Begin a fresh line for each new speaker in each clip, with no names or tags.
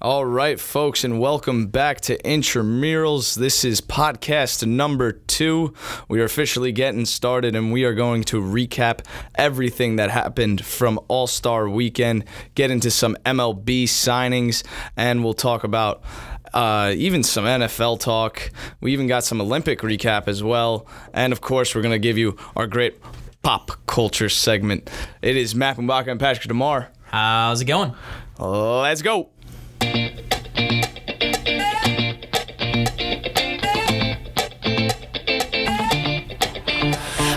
All right, folks, and welcome back to Intramurals. This is podcast number two. We are officially getting started, and we are going to recap everything that happened from All Star Weekend, get into some MLB signings, and we'll talk about uh, even some NFL talk. We even got some Olympic recap as well. And of course, we're going to give you our great pop culture segment. It is Matt Mbaka and Patrick DeMar.
How's it going?
Let's go.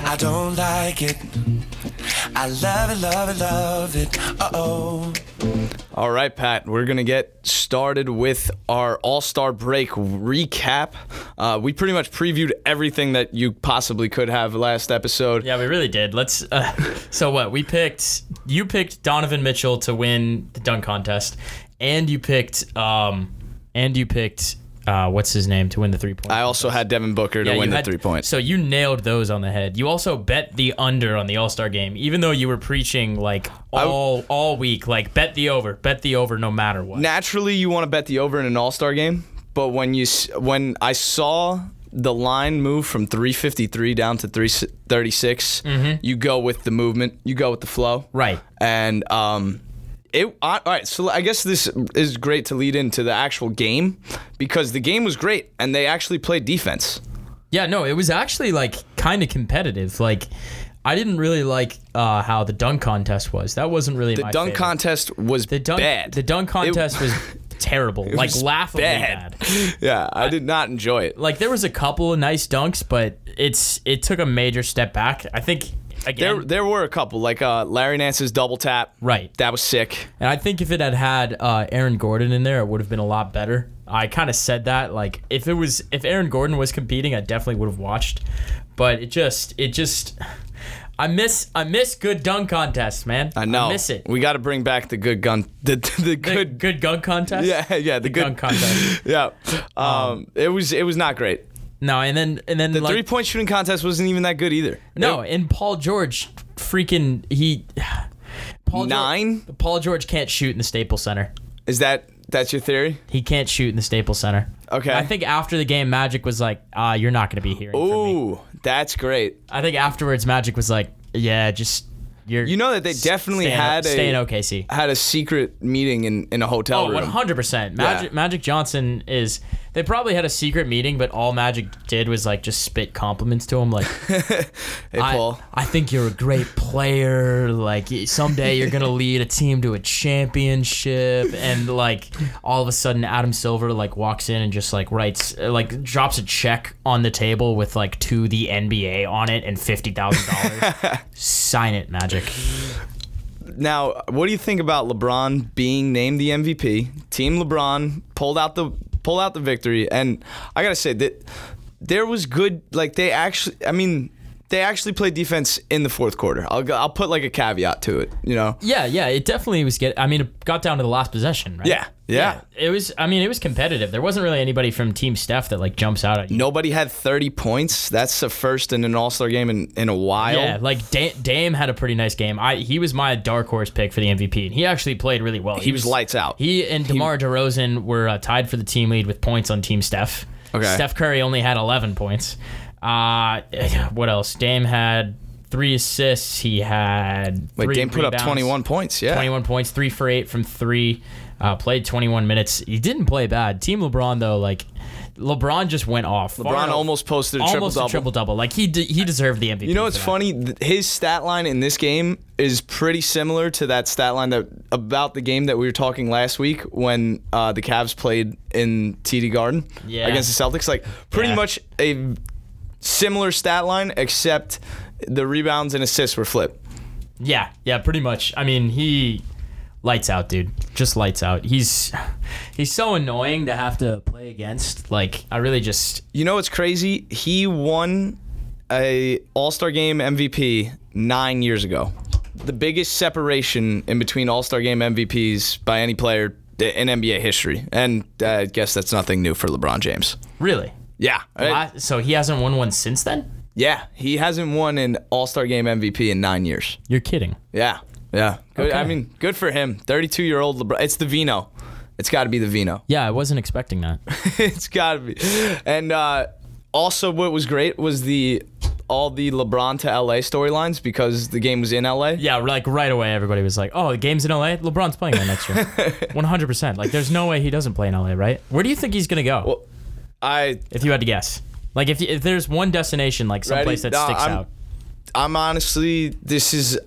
I don't like it. I love it, love it, love it. Uh oh.
All right, Pat, we're going to get started with our All Star Break recap. Uh, we pretty much previewed everything that you possibly could have last episode.
Yeah, we really did. Let's. Uh, so what? We picked. You picked Donovan Mitchell to win the dunk contest, and you picked. Um, and you picked. Uh, what's his name to win the three point?
I also had Devin Booker to
Yeah,
win
you
the
had-
three points.
So you nailed those on the head. You also bet the under on the All Star game, even though you were preaching like
w-
all all week, like bet the over, bet the over, no matter what.
Naturally, you want to bet the over in an All Star game, but when you s- when I saw the line move from 353 down to 336, you go with the movement, you go with the flow,
Mm-hmm. Right.
And um, it all right. So I guess this is great to lead into the actual game because the game was great and they actually played defense.
Yeah, no, it was actually like kind of competitive. Like I didn't really like uh, how the dunk contest was. That wasn't really
The
my
dunk
favorite.
contest was
The dunk
bad.
the dunk contest was terrible. Like
was
laughably
bad.
bad.
yeah, I did not enjoy it.
Like there was a couple of nice dunks, but it's it took a major step back. I think again
There, there were a couple like uh, Larry Nance's double tap.
Right.
that was sick.
And I think if it had had uh, Aaron Gordon in there, it would have been a lot better. I kind of said that like if it was if Aaron Gordon was competing, I definitely would have watched. But it just it just I miss I miss good dunk contests, man.
I know.
miss it.
We got to bring back the good gun. The, the,
The
good.
good dunk contest.
Yeah, yeah, the good
dunk contest.
Yeah, um, it was it was not great.
No, and then and then
The
like
three point shooting contest wasn't even that good either.
no, and Paul George freaking he. Paul Geor-
Nine?
Paul George can't shoot in the Staples Center.
is that that's your theory?
He can't shoot in the Staples Center.
Okay.
I think after the game, Magic was like, "Ah, you're not going to be hearing from me."
Ooh, that's great.
I think afterwards, Magic was like, "Yeah, just you're."
You know that they definitely
stay in-
had a
stay in OKC.
had a secret meeting in, in a hotel
Oh,
room.
100 percent. Magic Magic Johnson is. They probably had a secret meeting, but all Magic did was like just spit compliments to him, like,
Hey,
I,
Paul.
"I think you're a great player. Like y- someday you're gonna lead a team to a championship." And like all of a sudden, Adam Silver like walks in and just like writes, uh, like drops a check on the table with like to the NBA on it and fifty thousand dollars. Sign it, Magic.
Now, what do you think about LeBron being named the MVP? Team LeBron pulled out the pulled out the victory, and I gotta say that there was good. Like they actually, I mean, they actually played defense in the fourth quarter. I'll go- I'll put like a caveat to it. You know,
Yeah, yeah, it definitely was get. I mean, it got down to the last possession, right?
Yeah, yeah.
It was. I mean, it was competitive. There wasn't really anybody from Team Steph that like jumps out at you.
nobody had 30 points. That's the first in an All Star game in in a while.
Yeah, like da- Dame had a pretty nice game. I he was my dark horse pick for the MVP, and he actually played really well.
He was lights out.
He and DeMar DeRozan were uh, tied for the team lead with points on Team Steph.
Okay.
Steph Curry only had 11 points. Uh, what else? Dame had three assists. He had
Wait,
three
Dame put
rebounds.
up 21 points. Yeah,
21 points, three for eight from three. Uh, played 21 minutes. He didn't play bad. Team LeBron though, like LeBron just went off.
LeBron almost posted a triple
almost
double.
a triple double. Like he de- he deserved the MVP.
You know what's
for that.
funny? Th- His stat line in this game is pretty similar to that stat line that about the game that we were talking last week when uh, the Cavs played in TD Garden
Yeah.
against the Celtics. Like pretty
Yeah.
much a similar stat line, except the rebounds and assists were flipped.
Yeah, yeah, pretty much. I mean, he lights out, dude. Just lights out. He's he's so annoying to have to play against. Like I really just
You know what's crazy? He won a All Star Game MVP nine years ago. The biggest separation in between All Star Game MVPs by any player in NBA history, and uh, I guess that's nothing new for LeBron James.
really.
Yeah, right?
I- so he hasn't won one since then.
yeah, he hasn't won an All Star Game MVP in nine years.
You're kidding.
Yeah, yeah. Good, I
Okay.
mean, good for him. Thirty-two year old LeBron. It's the Vino. It's got to be the vino.
Yeah, I wasn't expecting that.
it's got to be. And uh, also, what was great was the all the LeBron to LA storylines because the game was in LA.
Yeah, like right away, everybody was like, "Oh, the game's in LA. LeBron's playing there next year, 100." percent Like, there's no way he doesn't play in LA, right? Where do you think he's gonna go?
Well, I
if you had to guess, like if, if there's one destination, like someplace
Ready?
that
No,
sticks
I'm-
out,
I'm honestly this is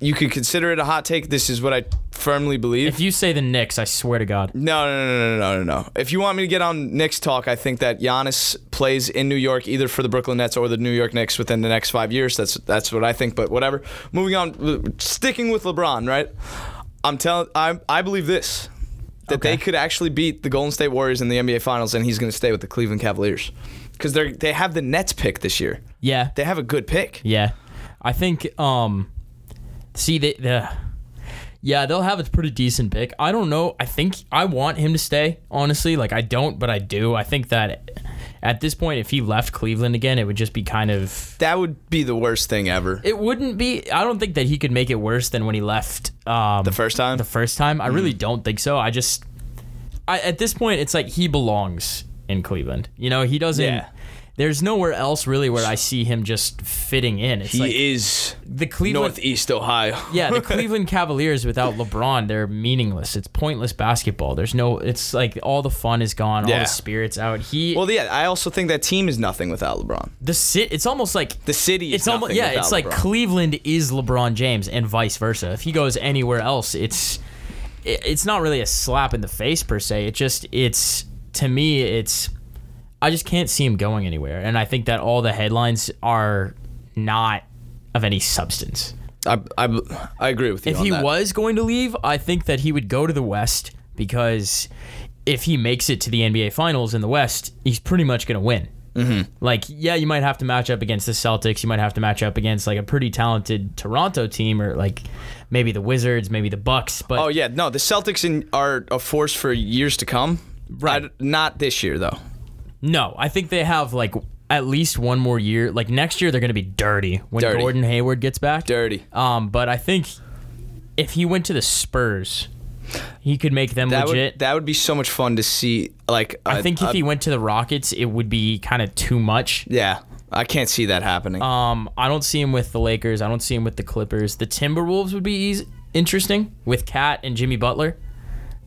you could consider it a hot take. This is what I firmly believe.
if you say the Knicks, I swear to God,
No, no, no, no, no, no, no. If you want me to get on Knicks talk, I think that Giannis plays in New York either for the Brooklyn Nets or the New York Knicks within the next five years. That's that's what I think. But whatever. Moving on, sticking with LeBron, right? I'm telling. I I believe this that they
Okay.
could actually beat the Golden State Warriors in the NBA Finals, and he's going to stay with the Cleveland Cavaliers because they they have the Nets pick this year.
yeah,
They have a good pick.
yeah, I think um, see the the. Yeah, they'll have a pretty decent pick. I don't know. I think I want him to stay, honestly. Like, I don't, but I do. I think that at this point, if he left Cleveland again, it would just be kind of
That would be the worst thing ever.
It wouldn't be. I don't think that he could make it worse than when he left um,
the first time.
the first time. I really don't think so. I just, I at this point, it's like he belongs in Cleveland. You know, he doesn't.
Yeah.
There's nowhere else really where I see him just fitting in. It's
he
like
is
the Cleveland.
Northeast Ohio.
Yeah, the Cleveland Cavaliers without LeBron, they're meaningless. It's pointless basketball. There's no. It's like all the fun is gone. All
Yeah.
the spirits out. He.
Well, yeah, I also think that team is nothing without LeBron.
the sit. It's almost like
The city is
it's almost yeah it's like cleveland is lebron james and vice versa if he goes anywhere else it's it- it's not really a slap in the face per se it just it's to me it's i just can't see him going anywhere and i think that all the headlines are not of any substance
I, I, I agree with you.
if
on
he
that.
was going to leave, I think that he would go to the West because if he makes it to the NBA Finals in the West, he's pretty much going to win. Mm-hmm. Like, yeah, you might have to match up against the Celtics. You might have to match up against like a pretty talented Toronto team, or like maybe the Wizards, maybe the Bucks. But
oh yeah, no, the Celtics in, are a force for years to come.
Right.
I- not this year though.
no, I think they have like at least one more year. Like next year, they're going to be dirty when
Dirty.
Gordon Hayward gets back.
Dirty.
Um, but I think if he went to the Spurs, he could make them
That
legit.
would that would be so much fun to see. Like
I think if he went to the Rockets, it would be kind of too much.
yeah, I can't see that happening.
Um, I don't see him with the Lakers. I don't see him with the Clippers. The Timberwolves would be easy, interesting with Cat and Jimmy Butler.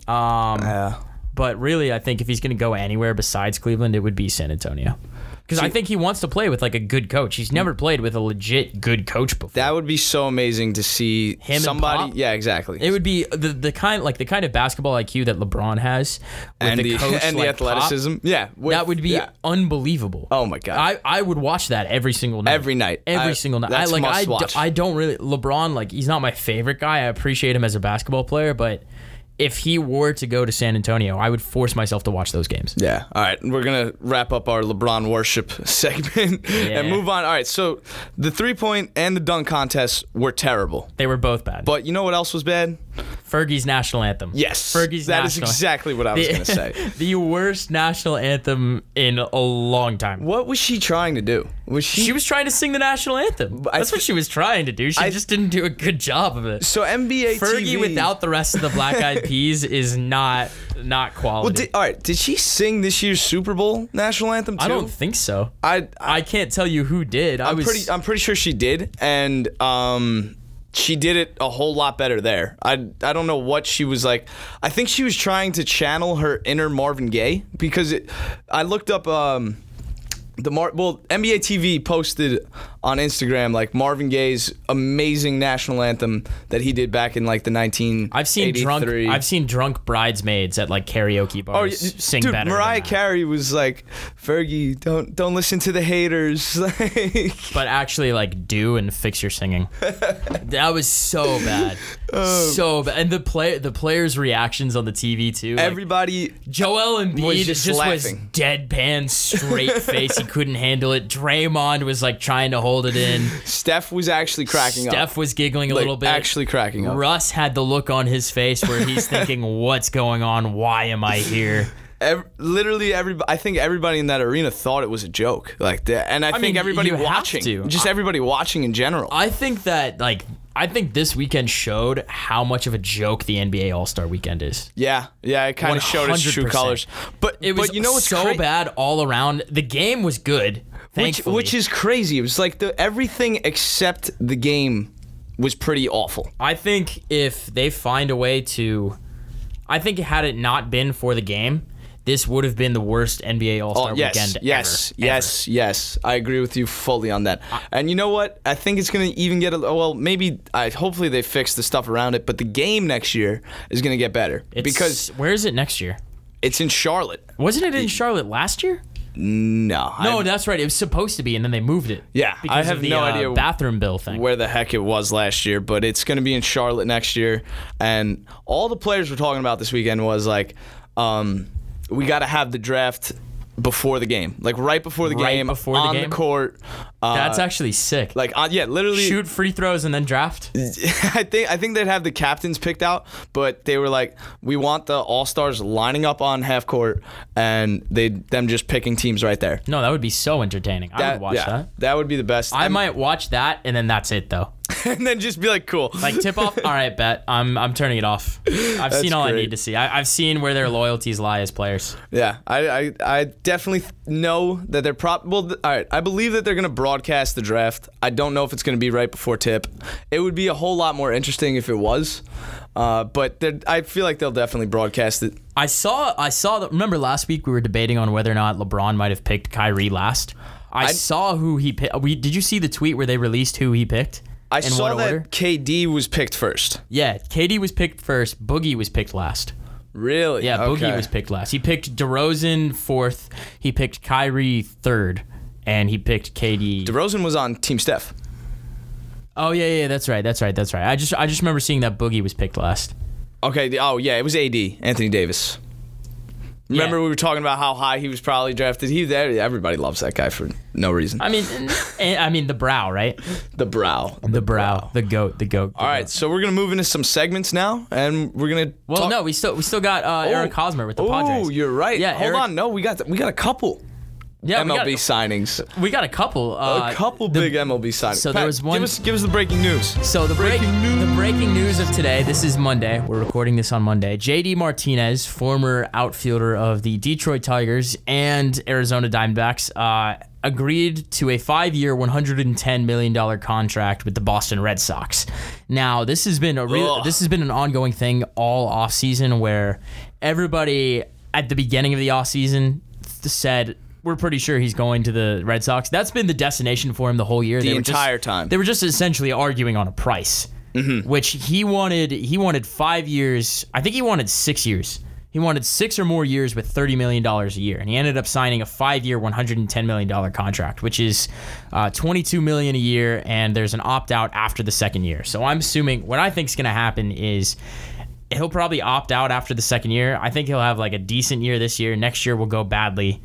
Um,
Yeah.
but really, I think if he's going to go anywhere besides Cleveland, it would be San Antonio. Because I think he wants to play with like a good coach. He's never played with a legit good coach before.
Mm. that would be so amazing to see
and
somebody.
Pop?
yeah, exactly.
it would be the, the kind like the kind of basketball IQ that LeBron has with
and
the,
the,
coach
and the
like Pop,
athleticism. Yeah, with-
that would be
yeah.
unbelievable.
Oh my God.
I, I would watch that every single night.
Every night.
Every
I-
single night.
that's
I like
must
I, d-
watch.
I don't really LeBron like he's not my favorite guy. I appreciate him as a basketball player, but if he were to go to San Antonio, I would force myself to watch those games.
Yeah. All right. We're going to wrap up our LeBron worship segment and move on. All right. So the three point and the dunk contests were terrible.
They were both bad.
But you know what else was bad?
Fergie's national anthem.
Yes.
Fergie's
That is
national
exactly what I was going to say.
the worst national anthem in a long time.
What was she trying to do? Was she.
She was trying to sing the national anthem.
I
That's what
thi-
she was trying to do. She just didn't do a good job of it.
so E NBA
Fergie
TV
without the rest of the Black Eyed Peas is not not quality.
Well, di- all right. Did she sing this year's Super Bowl national anthem too?
I don't think so. I,
I, I,
can't tell you who did. I
am
was
pretty. I'm pretty sure she did, and um, she did it a whole lot better there. I, I don't know what she was like. I think she was trying to channel her inner Marvin Gaye because it, I looked up um, the Mar- well NBA TV posted on Instagram like Marvin Gaye's amazing national anthem that he did back in like the 19.
I've seen drunk. I've seen drunk bridesmaids at like karaoke bars sing
Oh, dude,
better. than
Mariah
that.
Carey was like, "Fergie, don't don't listen to the haters." Like,
but actually like do and fix your singing. that was so bad,
Oh.
so bad. And the play the players' reactions on the TV too. like,
everybody
Joel Embiid
Was
just,
just
was
laughing.
deadpan, straight face. he couldn't handle it. Draymond was like trying to hold it in.
Steph was actually cracking up.
Steph was giggling a
Like,
little bit.
actually cracking up.
Russ had the look on his face where he's thinking, "What's going on? Why am I here?"
Ev- literally every I think everybody in that arena thought it was a joke. Like that and I, think
mean,
everybody
you have
watching
to.
just everybody watching in general.
I think that like I- I think this weekend showed how much of a joke the NBA All Star Weekend is.
Yeah, yeah, it kind of showed its true
100%.
colors. But
It was
but you know what's
so
cra-
bad all around. The game was good,
which,
thankfully.
which is crazy. It was like the everything except the game was pretty awful.
I think if they find a way to, I think had it not been for the game, this would have been the worst NBA All Star
Oh, yes,
Weekend
yes,
ever.
yes, yes. I agree with you fully on that. and you know what? I think it's gonna even get a well. Maybe I hopefully they fix the stuff around it, but the game next year is gonna get better
It's-
because
where is it next year?
it's in Charlotte.
Wasn't it in Charlotte last year?
No,
No,
I,
that's right. It was supposed to be, and then they moved it.
Yeah, I
because of
have
the,
no
uh,
idea
bathroom bill thing.
where the heck it was last year, but it's going to be in Charlotte next year. And all the players were talking about this weekend was like, um, we got to have the draft before the game, like right before the
Right
game,
before the
on
game?
the court. Uh,
that's actually sick.
like uh, yeah, literally.
shoot free throws and then draft.
I think I think they'd have the captains picked out, but they were like, we want the all stars lining up on half court, and they them just picking teams right there.
No, that would be so entertaining. I would watch
yeah,
that.
That would be the best.
I
And-
might watch that, and then that's it though.
and then just be like, cool.
Like tip off. all right, bet. I'm I'm turning it off. I've seen all I
great.
need to see. I, I've seen where their loyalties lie as players.
Yeah, I, I, I definitely th- know that they're prop. Well, th- all right, I believe that they're going to broadcast the draft. I don't know if it's going to be right before tip. It would be a whole lot more interesting if it was, uh, but they're- I feel like they'll definitely broadcast it.
I saw I saw that remember last week we were debating on whether or not LeBron might have picked Kyrie last. I, saw who he picked. We did you see the tweet where they released who he picked?
I
In
saw
what
that
order?
KD was picked first.
Yeah, KD was picked first. Boogie was picked last.
Really?
Yeah,
Okay.
Boogie was picked last. He picked DeRozan fourth. He picked Kyrie third, and he picked KD.
DeRozan was on Team Steph.
oh yeah, yeah, that's right, that's right, that's right. I just I just remember seeing that Boogie was picked last.
Okay. the- Oh yeah, it was AD Anthony Davis. Remember
Yeah.
we were talking about how high he was probably drafted. He everybody loves that guy for no reason.
I mean, and, I mean the brow, right?
the brow.
The brow, the goat, the goat.
All right, so we're gonna move into some segments now, and we're gonna.
Well,
talk-
no, we still we still got uh,
Oh.
Eric Hosmer with the Padres.
Oh, you're right.
Yeah,
hold
Eric-
on. No, we got we got a couple
Yeah,
MLB
we got,
signings.
we got a couple. Uh,
a couple
the-
big MLB signings.
so
Pat,
there was one-
Give us, give us the breaking news.
So the breaking news. the breaking news of today. This is Monday. We're recording this on Monday. JD Martinez, former outfielder of the Detroit Tigers and Arizona Diamondbacks, uh, agreed to a five-year, one hundred and ten million dollar contract with the Boston Red Sox. Now, this has been a real.
Ugh.
This has been an ongoing thing all offseason where everybody at the beginning of the offseason th- said. We're pretty sure he's going to the Red Sox. That's been the destination for him the whole year.
The
They were just-
entire time. Mm-hmm.
They were just essentially arguing on a price, which he wanted. He wanted five years. I think he wanted six years. He wanted six or more years with thirty million dollars a year, and he ended up signing a five-year, one hundred and ten million dollar contract, which is uh, twenty-two million a year, and there's an opt-out after the second year. So I'm assuming what I think is going to happen is he'll probably opt out after the second year. I think he'll have like a decent year this year. Next year will go badly.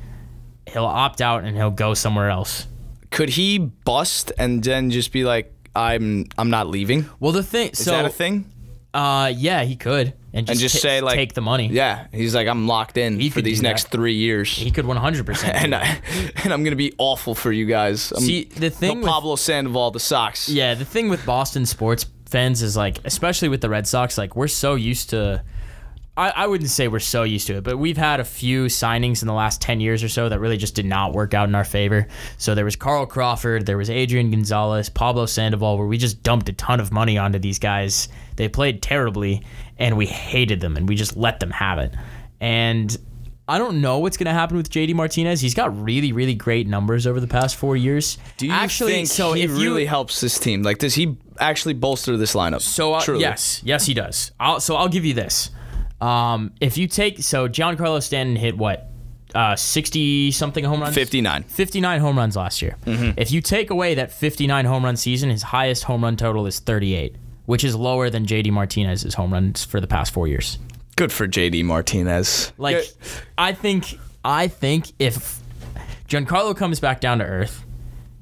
He'll opt out and he'll go somewhere else.
Could he bust and then just be like, I'm I'm not leaving? Is
Well, the thing so
that a thing?
Uh, yeah, he could, and just,
And just
ta-
say like,
take the money.
Yeah, he's like, I'm locked in
He
for
could
these
do
next
that.
three years.
he could one hundred percent.
and I, and I'm gonna be awful for you guys. I'm
See, the thing with-
Pablo Sandoval, the Sox.
Yeah, the thing with Boston sports fans is like, especially with the Red Sox, like we're so used to. I, I wouldn't say we're so used to it, but we've had a few signings in the last 10 years or so that really just did not work out in our favor. So there was Carl Crawford, there was Adrian Gonzalez, Pablo Sandoval, where we just dumped a ton of money onto these guys. They played terribly, and we hated them, and we just let them have it. And I don't know what's going to happen with JD Martinez. He's got really, really great numbers over the past four years.
Do you
Actually,
think
so
he
if you,
really helps this team? Like, does he actually bolster this lineup?
So uh,
Truly.
yes, yes, he does. I'll, so I'll give you this. Um, if you take so Giancarlo Stanton hit what uh, sixty something home runs,
59.
59 home runs last year.
Mm-hmm.
If you take away that 59 home run season, his highest home run total is 38, which is lower than JD Martinez's home runs for the past four years.
Good for JD Martinez.
Like,
Yeah.
I think, I think if Giancarlo comes back down to earth,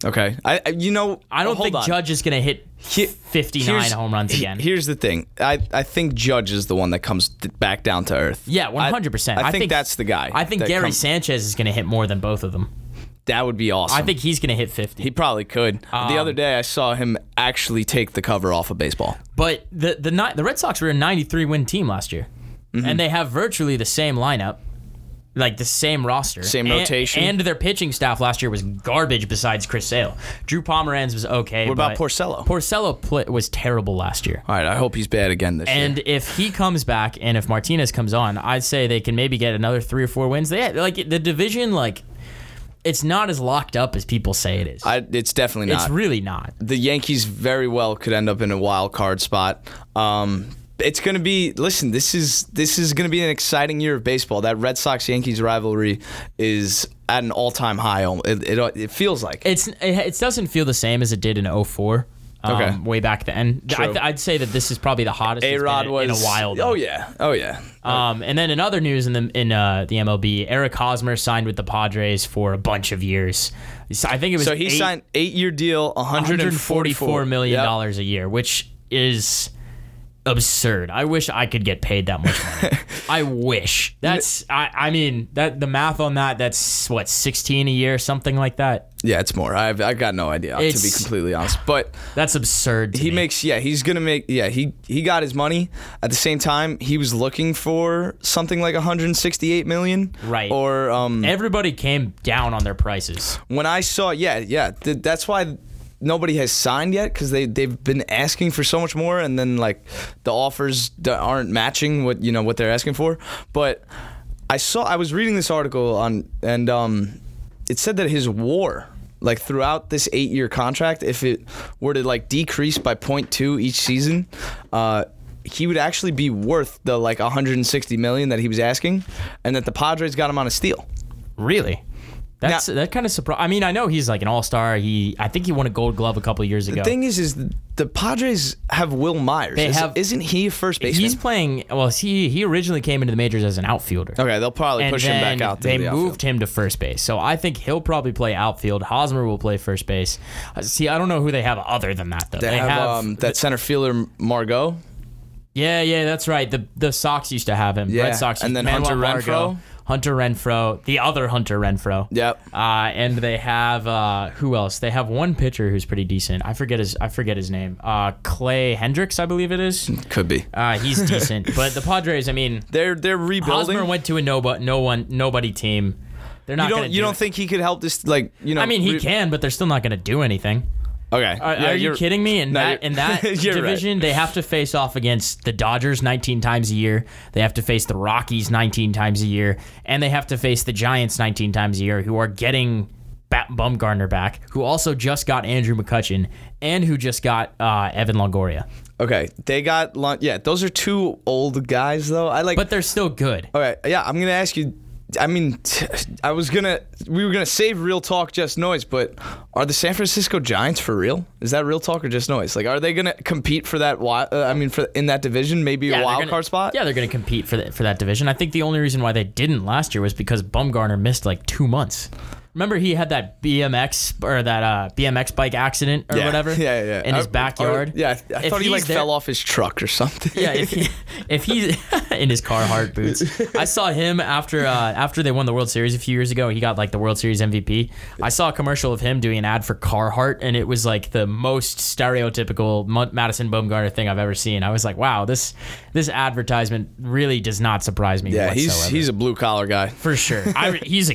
Okay. I, I you know
I don't
hold
think
on.
Judge is gonna hit
He-
59
here's-
home runs
he-
again.
Here's the thing. I, I think Judge is the one that comes d- back down to earth.
Yeah,
I-
one hundred percent.
I, think, that's the guy.
I think
that
Gary
comes-
Sanchez is going to hit more than both of them.
That would be awesome.
I think he's gonna hit fifty.
he probably could. the
Um,
other day, I saw him actually take the cover off a baseball.
But the the Ni- the Red Sox were a 93 win team last year,
Mm-hmm.
and they have virtually the same lineup, like the same roster,
Same
And-
rotation.
and their pitching staff last year was garbage. Besides Chris Sale, Drew Pomeranz was okay.
What about
but
Porcello?
Porcello pla was terrible last year.
All right, I hope he's bad again this year.
And if he comes back, and if Martinez comes on, I'd say they can maybe get another three or four wins. They like the division, like it's not as locked up as people say it is.
I, it's definitely not.
it's really not.
the Yankees very well could end up in a wild card spot. Um, it's going to be listen. This is this is going to be an exciting year of baseball. That Red Sox Yankees rivalry is at an all time high. al- It, it it feels like
it's it, it doesn't feel the same as it did in 04 um,
Okay.
way back then I
True.
th- i'd say that this is probably the hottest
A
it's
Rod
been in-
was
in a while though.
Oh yeah, oh yeah.
um, and then in other news in the in uh, the mlb eric hosmer signed with the padres for a bunch of years so i think it was
So he
eight,
signed eight year deal, one hundred and forty four
144 million dollars a year which is absurd i wish i could get paid that much money i wish that's I, I mean that the math on that that's what 16 a year something like that
Yeah, it's more. I've I got no idea to be
It's-
completely honest, but.
that's absurd to
He
me.
makes yeah, he's gonna make yeah, he he got his money. At the same time, he was looking for something like 168 million.
Right.
Or um
Everybody came down on their prices.
when I saw yeah, yeah, th- that's why nobody has signed yet cuz they they've been asking for so much more and then like the offers d- aren't matching what you know what they're asking for. But I saw I was reading this article on and um it said that his war like throughout this eight-year contract, if it were to like decrease by 0.2 each season, uh, he would actually be worth the like 160 million that he was asking, and that the Padres got him on a steal.
Really? That's that kind of surprise. I mean, I know he's like an all star. He, I think he won a Gold Glove a couple years ago.
thing is, is the Padres have Will Myers.
They
Is,
have-
isn't he a first baseman?
he's playing. Well, he he originally came into the majors as an outfielder.
okay, they'll probably
And
push Oh, him
then
back out. to
they
the outfield.
moved him to first base, so I think he'll probably play outfield. Hosmer will play first base. Uh, See, I don't know who they have other than that though.
They, have, um, that center fielder Margot.
Yeah, yeah, that's right. The the Sox used to have him.
Yeah,
Red Sox, used-
and then
Manuel
Hunter
Margot,
Renfro.
Hunter Renfro, the other Hunter Renfro.
Yep.
Uh, and they have uh, who else? They have one pitcher who's pretty decent. I forget his I forget his name. Uh, Clay Hendricks, I believe it is.
Could be.
Uh, he's decent, but the Padres. I mean,
They're they're rebuilding.
Hosmer went to a no but no one nobody team. They're not
you
gonna.
don't you
do
don't
it.
think he could help this like you know?
I mean, he
re-
can, but they're still not gonna do anything.
Okay.
Are,
Yeah,
are you
you're-
kidding me? In
No,
that
you're-
in that
you're right.
division, they have to face off against the Dodgers 19 times a year. They have to face the Rockies 19 times a year, and they have to face the Giants 19 times a year, who are getting Bat- Bumgarner back, who also just got Andrew McCutcheon, and who just got uh, Evan Longoria.
Okay, they got Lon- yeah. Those are two old guys though. I like.
But they're still good.
All right. Yeah, I'm gonna ask you. I mean, t- I was gonna. We were gonna save real talk, just noise. But are the San Francisco Giants for real? Is that real talk or just noise? Like, are they gonna compete for that? Wi- uh, I mean, for in that division, maybe a
Yeah, they're
wild
gonna-
card spot.
Yeah, they're going to compete for the, for that division. I think the only reason why they didn't last year was because Bumgarner missed like two months. Remember, he had that BMX or that uh, BMX bike accident or
Yeah,
whatever.
Yeah, yeah.
In his
Or- or-
backyard.
yeah, I
If
thought he
he's
like
there-
fell off his truck or something.
Yeah, if, he, if he's in his Carhartt boots, I saw him after uh, after they won the World Series a few years ago. He got like the World Series MVP. I saw a commercial of him doing an ad for Carhartt, and it was like the most stereotypical Mo- Madison Bumgarner thing I've ever seen. I was like, wow, this this advertisement really does not surprise me.
yeah. He's
whatsoever.
he's a blue collar guy.
for sure. I, re- he's a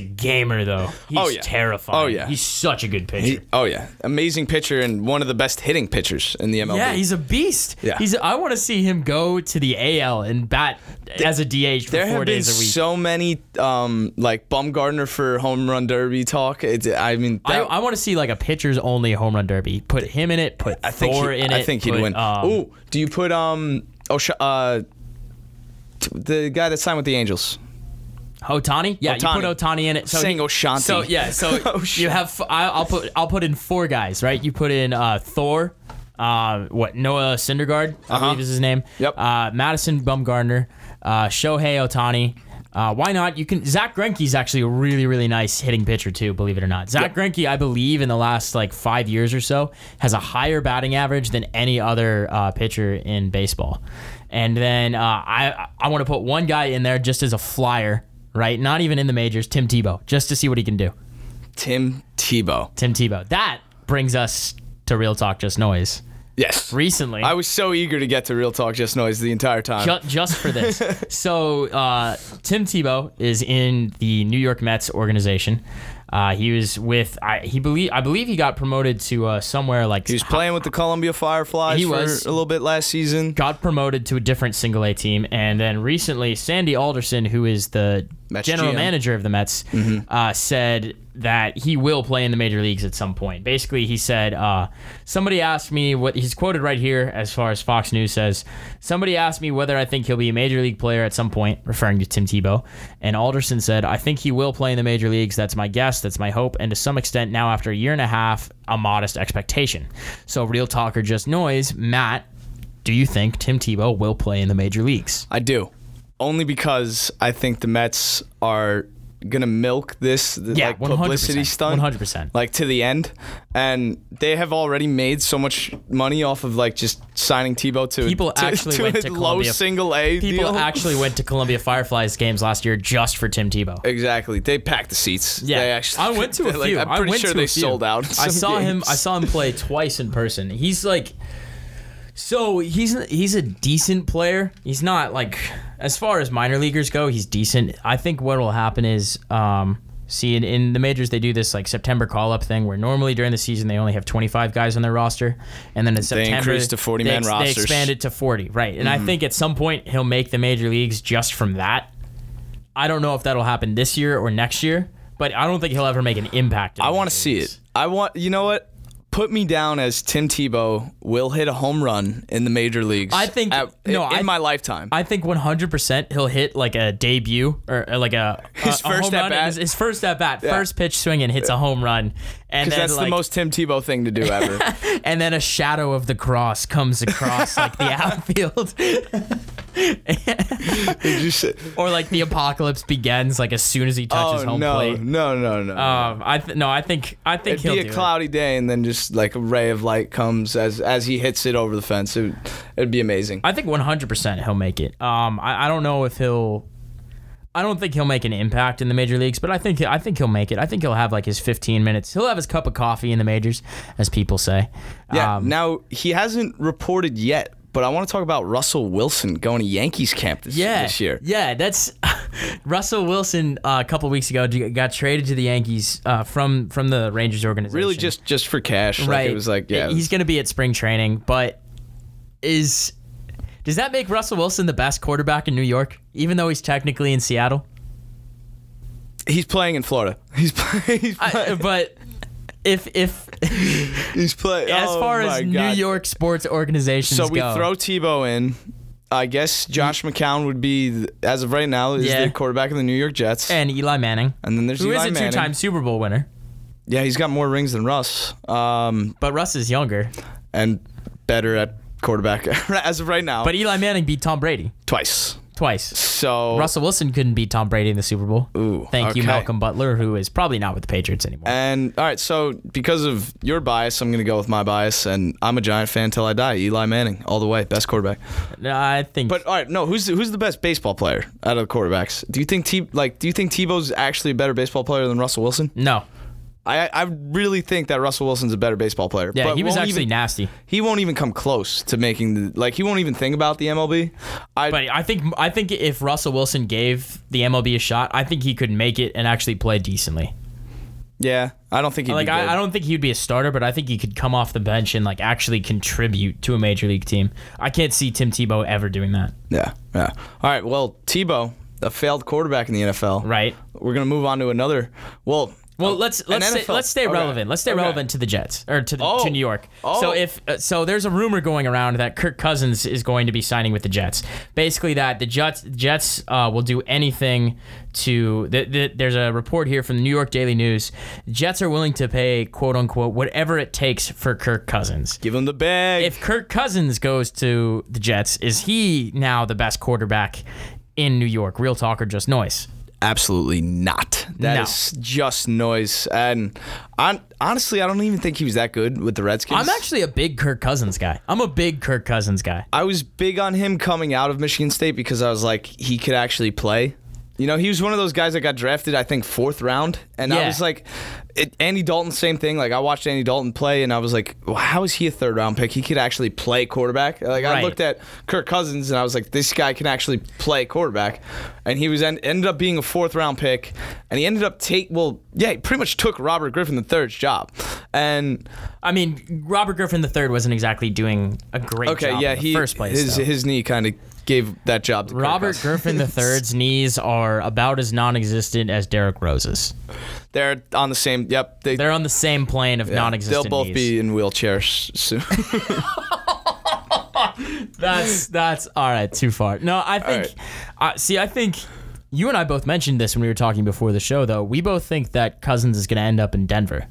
gamer though. He's
Oh, yeah.
terrifying.
Oh, yeah.
he's such a good pitcher.
He, oh yeah, amazing pitcher and one of the best hitting pitchers in the MLB.
yeah, he's a beast.
Yeah.
He's. I want to see him go to the AL and bat as a DH for
There
four
have been
days a week.
so many um, like Bumgarner for home run derby talk. It's, I mean,
I,
that-
I want to see like a pitchers only home run derby. Put him in it. Put
I think
Thor
he,
in it.
I think he'd
put,
win.
um,
Ooh, do you put um oh uh t- the guy that signed with the Angels?
Otani. Yeah, you
Ohtani.
put Otani in it. So
Saying
he-
Oshanti.
So yeah, so
Oshanti.
you have. I, I'll put. I'll put in four guys. Right. You put in uh, Thor. Uh, what Noah Syndergaard, I believe is his name.
Yep.
Uh, Madison Bumgarner, uh, Shohei Otani. Uh, why not? You can. Zach Greinke's actually a really, really nice hitting pitcher too. Believe it or not, Zach Greinke, I believe, in the last like five years or so, has a higher batting average than any other uh, pitcher in baseball. And then uh, I, I want to put one guy in there just as a flyer, right? Not even in the majors, Tim Tebow, just to see what he can do.
Tim Tebow.
Tim Tebow. That brings us to real talk, just noise.
Yes.
Recently,
I was so eager to get to Real Talk Just Noise the entire time.
Ju- just for this. so uh, Tim Tebow is in the New York Mets organization. Uh, he was with I he believe I believe he got promoted to uh, somewhere like
he was playing with the Columbia Fireflies
He
for
was.
a little bit last season.
got promoted to a different single A team, and then recently Sandy Alderson, who is the
Mets
general
GM.
manager of the Mets, uh, said that he will play in the major leagues at some point. Basically, he said uh, somebody asked me what he's quoted right here as far as Fox News says. Somebody asked me whether I think he'll be a major league player at some point, referring to Tim Tebow, and Alderson said, "I think he will play in the major leagues. That's my guess. That's my hope, and to some extent, now after a year and a half, a modest expectation." So, real talk or just noise, Matt. Do you think Tim Tebow will play in the major leagues?
I do. Only because I think the Mets are going to milk this th-
Yeah,
like publicity
100%,
stunt
100%.
like to the end and they have already made so much money off of like just signing Tebow to
People
to,
actually
to
went
a
to
low
Columbia-
single A
People
deal.
actually went to Columbia Fireflies games last year just for Tim Tebow.
Exactly. They packed the seats.
Yeah,
They actually,
I went to a
like,
few.
I'm
I
pretty
went
sure
to a
they
few.
sold out. in
I
some
saw him.
games.
I saw him play twice in person. He's like, so he's he's a decent player. He's not like as far as minor leaguers go. He's decent. I think what will happen is. Um, See, in, in the majors, they do this like September call up thing where normally during the season they only have 25 guys on their roster. And then in September,
increased to 40
they
man rosters. Mm-hmm.
They expanded to 40, right. And I think at some point he'll make the major leagues just from that. I don't know if that'll happen this year or next year, but I don't think he'll ever make an impact. in
I
the
want to
major
see
leagues.
it. I want. You know what? Put me down as Tim Tebow will hit a home run in the major leagues.
I think-
at-
no,
in
I-
my lifetime.
I think 100% he'll hit like a debut or, or like a
His
a- a
first
home
at
run.
bat?
His, his first at bat, first pitch swing and hits a home run, and
Because
then
that's
like,
the most Tim Tebow thing to do ever.
and then a shadow of the cross comes across like the outfield,
Did you say-
or like the apocalypse begins like as soon as he touches
oh
home
no,
plate.
no, no, no.
Um, I th- no, I think I think
It'd
he'll
be
do
a
it.
cloudy day, and then just like a ray of light comes as as he hits it over the fence. It, it'd be amazing.
I think 100% he'll make it. Um, I, I don't know if he'll. I don't think he'll make an impact in the major leagues, but I think I think he'll make it. I think he'll have like his 15 minutes. He'll have his cup of coffee in the majors, as people say.
yeah.
Um,
now he hasn't reported yet, but I want to talk about Russell Wilson going to Yankees camp this,
yeah,
this year.
Yeah, that's Russell Wilson. Uh, a couple weeks ago, d- got traded to the Yankees uh, from from the Rangers organization.
Really, just just for cash.
right.
Like, it was like yeah.
he's going to be at spring training, but is does that make Russell Wilson the best quarterback in New York, even though he's technically in Seattle?
He's playing in Florida. He's playing. He's
I, uh,
playing.
but if if
he's play-
as
oh
far
my
as New
God.
York sports organizations
so we
go, Mm-hmm.
throw Tebow in. I guess Josh McCown would be, th- as of right now, is
Yeah.
the quarterback of the New York Jets.
and Eli Manning,
And then there's
who is
Eli
a
Manning.
two-time Super Bowl winner,
Yeah, he's got more rings than Russ, um,
but Russ is younger.
and better at quarterback as of right now.
But Eli Manning beat Tom Brady
twice.
twice.
So
Russell Wilson couldn't beat Tom Brady in the Super Bowl.
Ooh,
Thank you,
okay.
Malcolm Butler, who is probably not with the Patriots anymore.
And all right, so because of your bias, I'm gonna go with my bias, and I'm a Giant fan till I die. Eli Manning, all the way, best quarterback.
I think.
But all right, no, who's who's the best baseball player out of the quarterbacks? Do you think T like do you think Tebow's actually a better baseball player than Russell Wilson?
no,
I I really think that Russell Wilson's a better baseball player.
yeah,
but
he was
won't
actually
even-
nasty.
he won't even come close to making the like he won't even think about the MLB. I
But I think I think if Russell Wilson gave the MLB a shot, I think he could make it and actually play decently.
yeah, I don't think he
like I, I don't think he'd be a starter, but I think he could come off the bench and like actually contribute to a major league team. I can't see Tim Tebow ever doing that.
Yeah, yeah. All right, well Tebow, a failed quarterback in the NFL.
Right.
We're gonna move on to another. Well,
Well,
uh,
let's
an
let's stay,
NFL
let's stay
okay,
relevant. Let's stay
okay.
relevant to the Jets or to the,
Oh.
to New York.
Oh.
So if uh, so, there's a rumor going around that Kirk Cousins is going to be signing with the Jets. Basically, that the Jets Jets uh, will do anything to. The, the, there's a report here from the New York Daily News. Jets are willing to pay quote unquote whatever it takes for Kirk Cousins.
Give him the bag.
if Kirk Cousins goes to the Jets, is he now the best quarterback in New York? Real talk or just noise?
Absolutely not. That
No.
is just noise. And I, honestly, I don't even think he was that good with the Redskins.
I'm actually a big Kirk Cousins guy. I'm a big Kirk Cousins guy.
I was big on him coming out of Michigan State because I was like, he could actually play. You know, he was one of those guys that got drafted, I think, fourth round. And I
Yeah.
was like, it, Andy Dalton, same thing. Like, I watched Andy Dalton play, and I was like, well, how is he a third round pick? He could actually play quarterback. Like, I
Right.
looked at Kirk Cousins, and I was like, this guy can actually play quarterback. And he was en- ended up being a fourth round pick, and he ended up take well, yeah, he pretty much took Robert Griffin III's job. And
I mean, Robert Griffin III wasn't exactly doing a great
okay,
job
yeah,
in the
he
first place.
his
though.
his knee kind of gave that job to Kirk
Robert
Cousins.
Griffin III's knees are about as non-existent as Derek Rose's.
They're on the same. Yep, they
They're on the same plane of non-existent.
They'll both
knees.
be in wheelchairs soon.
That's that's all right. Too far. No, I think. I see, I think you and I both mentioned this when we were talking before the show. Though we both think that Cousins is going to end up in Denver.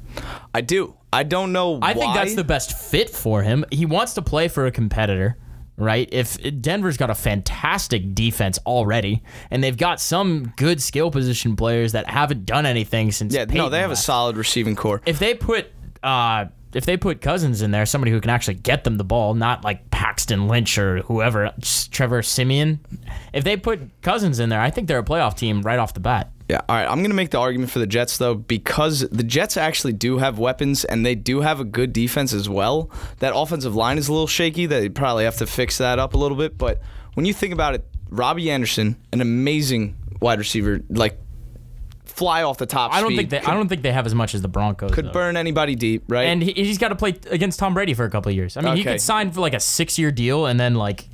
I do. I don't know.
I think that's the best fit for him. He wants to play for a competitor, right? If Denver's got a fantastic defense already, and they've got some good skill position players that haven't done anything since.
Yeah, no,
Peyton
they have a
left.
solid receiving core.
if they put uh if they put Cousins in there, somebody who can actually get them the ball, not like Paxton Lynch or whoever, just Trevor Simeon. If they put Cousins in there, I think they're a playoff team right off the bat.
Yeah, all right. I'm going to make the argument for the Jets, though, because the Jets actually do have weapons and they do have a good defense as well. That offensive line is a little shaky. They probably have to fix that up a little bit. But when you think about it, Robbie Anderson, an amazing wide receiver, like fly off the top.
I don't
speed,
think they
could,
I don't think they have as much as the Broncos.
could
though.
burn anybody deep, right?
and he, he's got to play against Tom Brady for a couple of years. I mean, he
Okay.
could sign for like a six-year deal, and then like,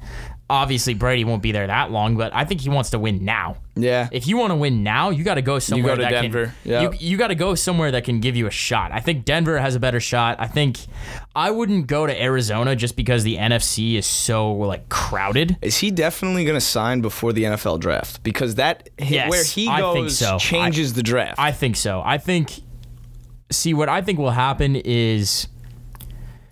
obviously Brady won't be there that long. But I think he wants to win now.
Yeah.
If you want to win now, you got to go somewhere
to
that
Denver.
can.
Yeah.
You you got to go somewhere that can give you a shot. I think Denver has a better shot. I think I wouldn't go to Arizona just because the NFC is so like crowded.
Is he definitely going to sign before the NFL draft? Because that
Yes,
where he
I think
goes
so.
changes the draft.
I think so. I think. See what I think will happen is.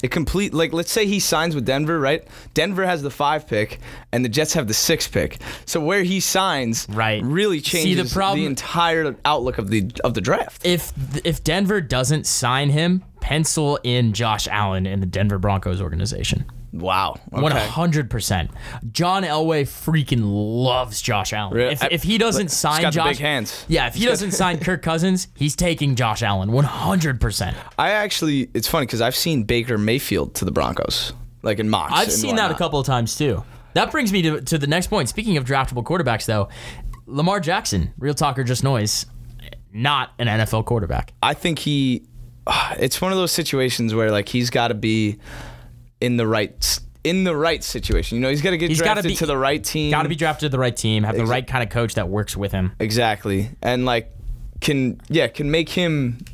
it complete like let's say he signs with Denver, right? Denver has the five pick and the Jets have the six pick. So where he signs
Right.
really
See,
changes
the
the,
problem-
entire outlook of the of the draft.
if if Denver doesn't sign him, pencil in Josh Allen in the Denver Broncos organization.
wow.
One
Okay.
hundred percent. John Elway freaking loves Josh Allen.
Really?
If, if he doesn't sign
got the
Josh,
big hands.
yeah, if he doesn't sign Kirk Cousins, he's taking Josh Allen. One hundred percent.
I actually it's funny cuz I've seen Baker Mayfield to the Broncos like in mocks.
I've
and
seen that a
whatnot.
couple of times too. That brings me to, to the next point. Speaking of draftable quarterbacks, though, Lamar Jackson, real talker, just noise, not an NFL quarterback.
I think he. It's one of those situations where like he's got to be in the right in the right situation. You know, he's got to get
He's gotta
drafted
be-
to the right team.
Got to be drafted to the right team, have the right kind of coach that works with him.
exactly, and like can yeah can make him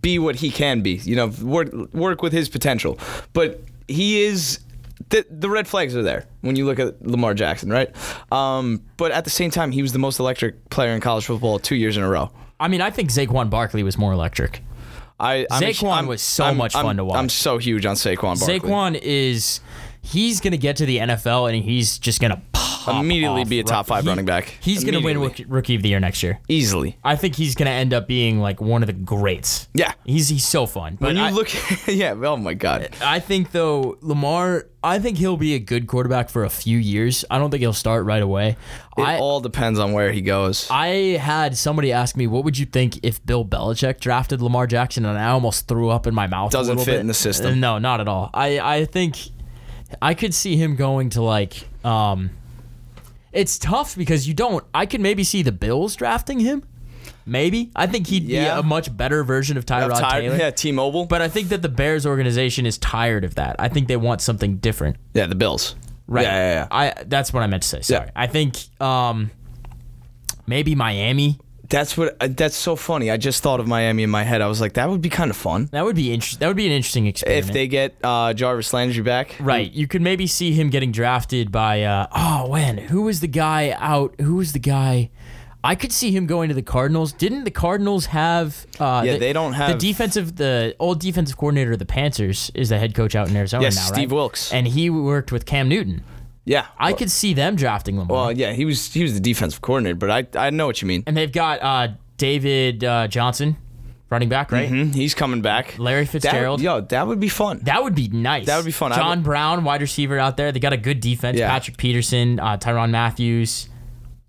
be what he can be. You know, work work with his potential, but he is. The, the red flags are there when you look at Lamar Jackson, right? Um, but at the same time, he was the most electric player in college football two years in a row.
I mean, I think Zaquan Barkley was more electric.
I, I'm a-
Saquon
I'm-
was so
I'm-
much fun
I'm-
to watch.
I'm so huge on Saquon Barkley.
Saquon is he's going to get to the NFL and he's just going to pop
Immediately
off,
be a top
right?
five running back.
He's going to win
Immediately.
rookie, rookie of the year next year.
easily.
I think he's going to end up being like one of the greats.
Yeah.
He's he's so fun. But
When you
I,
look, yeah. Oh my God.
I think though Lamar, I think he'll be a good quarterback for a few years. I don't think he'll start right away.
It
I
all depends on where he goes.
I had somebody ask me, "What would you think if Bill Belichick drafted Lamar Jackson?" And I almost threw up in my mouth. a
Doesn't
little
fit
bit.
in the system.
No, not at all. I I think I could see him going to like. um It's tough because you don't. I could maybe see the Bills drafting him. Maybe I think he'd
Yeah.
be a much better version of
I'm
Tyrod
tired.
Taylor.
Yeah, T-Mobile.
But I think that the Bears organization is tired of that. I think they want something different.
yeah, the Bills.
Right.
Yeah, yeah, yeah.
I that's what I meant to say. Sorry.
Yeah.
I think um maybe Miami.
That's what. uh, That's so funny. I just thought of Miami in my head. I was like, that would be kind of fun
That would be interesting. That would be an interesting experiment.
if they get uh, Jarvis Landry back.
right, you could maybe see him getting drafted by uh oh when who was the guy out? Who was the guy? I could see him going to the Cardinals. Didn't the Cardinals have? Uh,
Yeah,
the-
they don't have-
the defensive. The old defensive coordinator of the Panthers is the head coach out in Arizona
Yes,
now, right?
Steve Wilkes.
and he worked with Cam Newton.
Yeah.
I could see them drafting Lamar.
Well, yeah. He was. He was the defensive coordinator. But I. I know what you mean.
and they've got uh, David uh, Johnson, running back, right?
Mhm, He's coming back.
Larry Fitzgerald.
That, yo, that would be fun.
That would be nice.
That would be fun. I
John
would-
Brown, wide receiver out there. They got a good defense.
Yeah.
Patrick Peterson, uh, Tyron Matthews.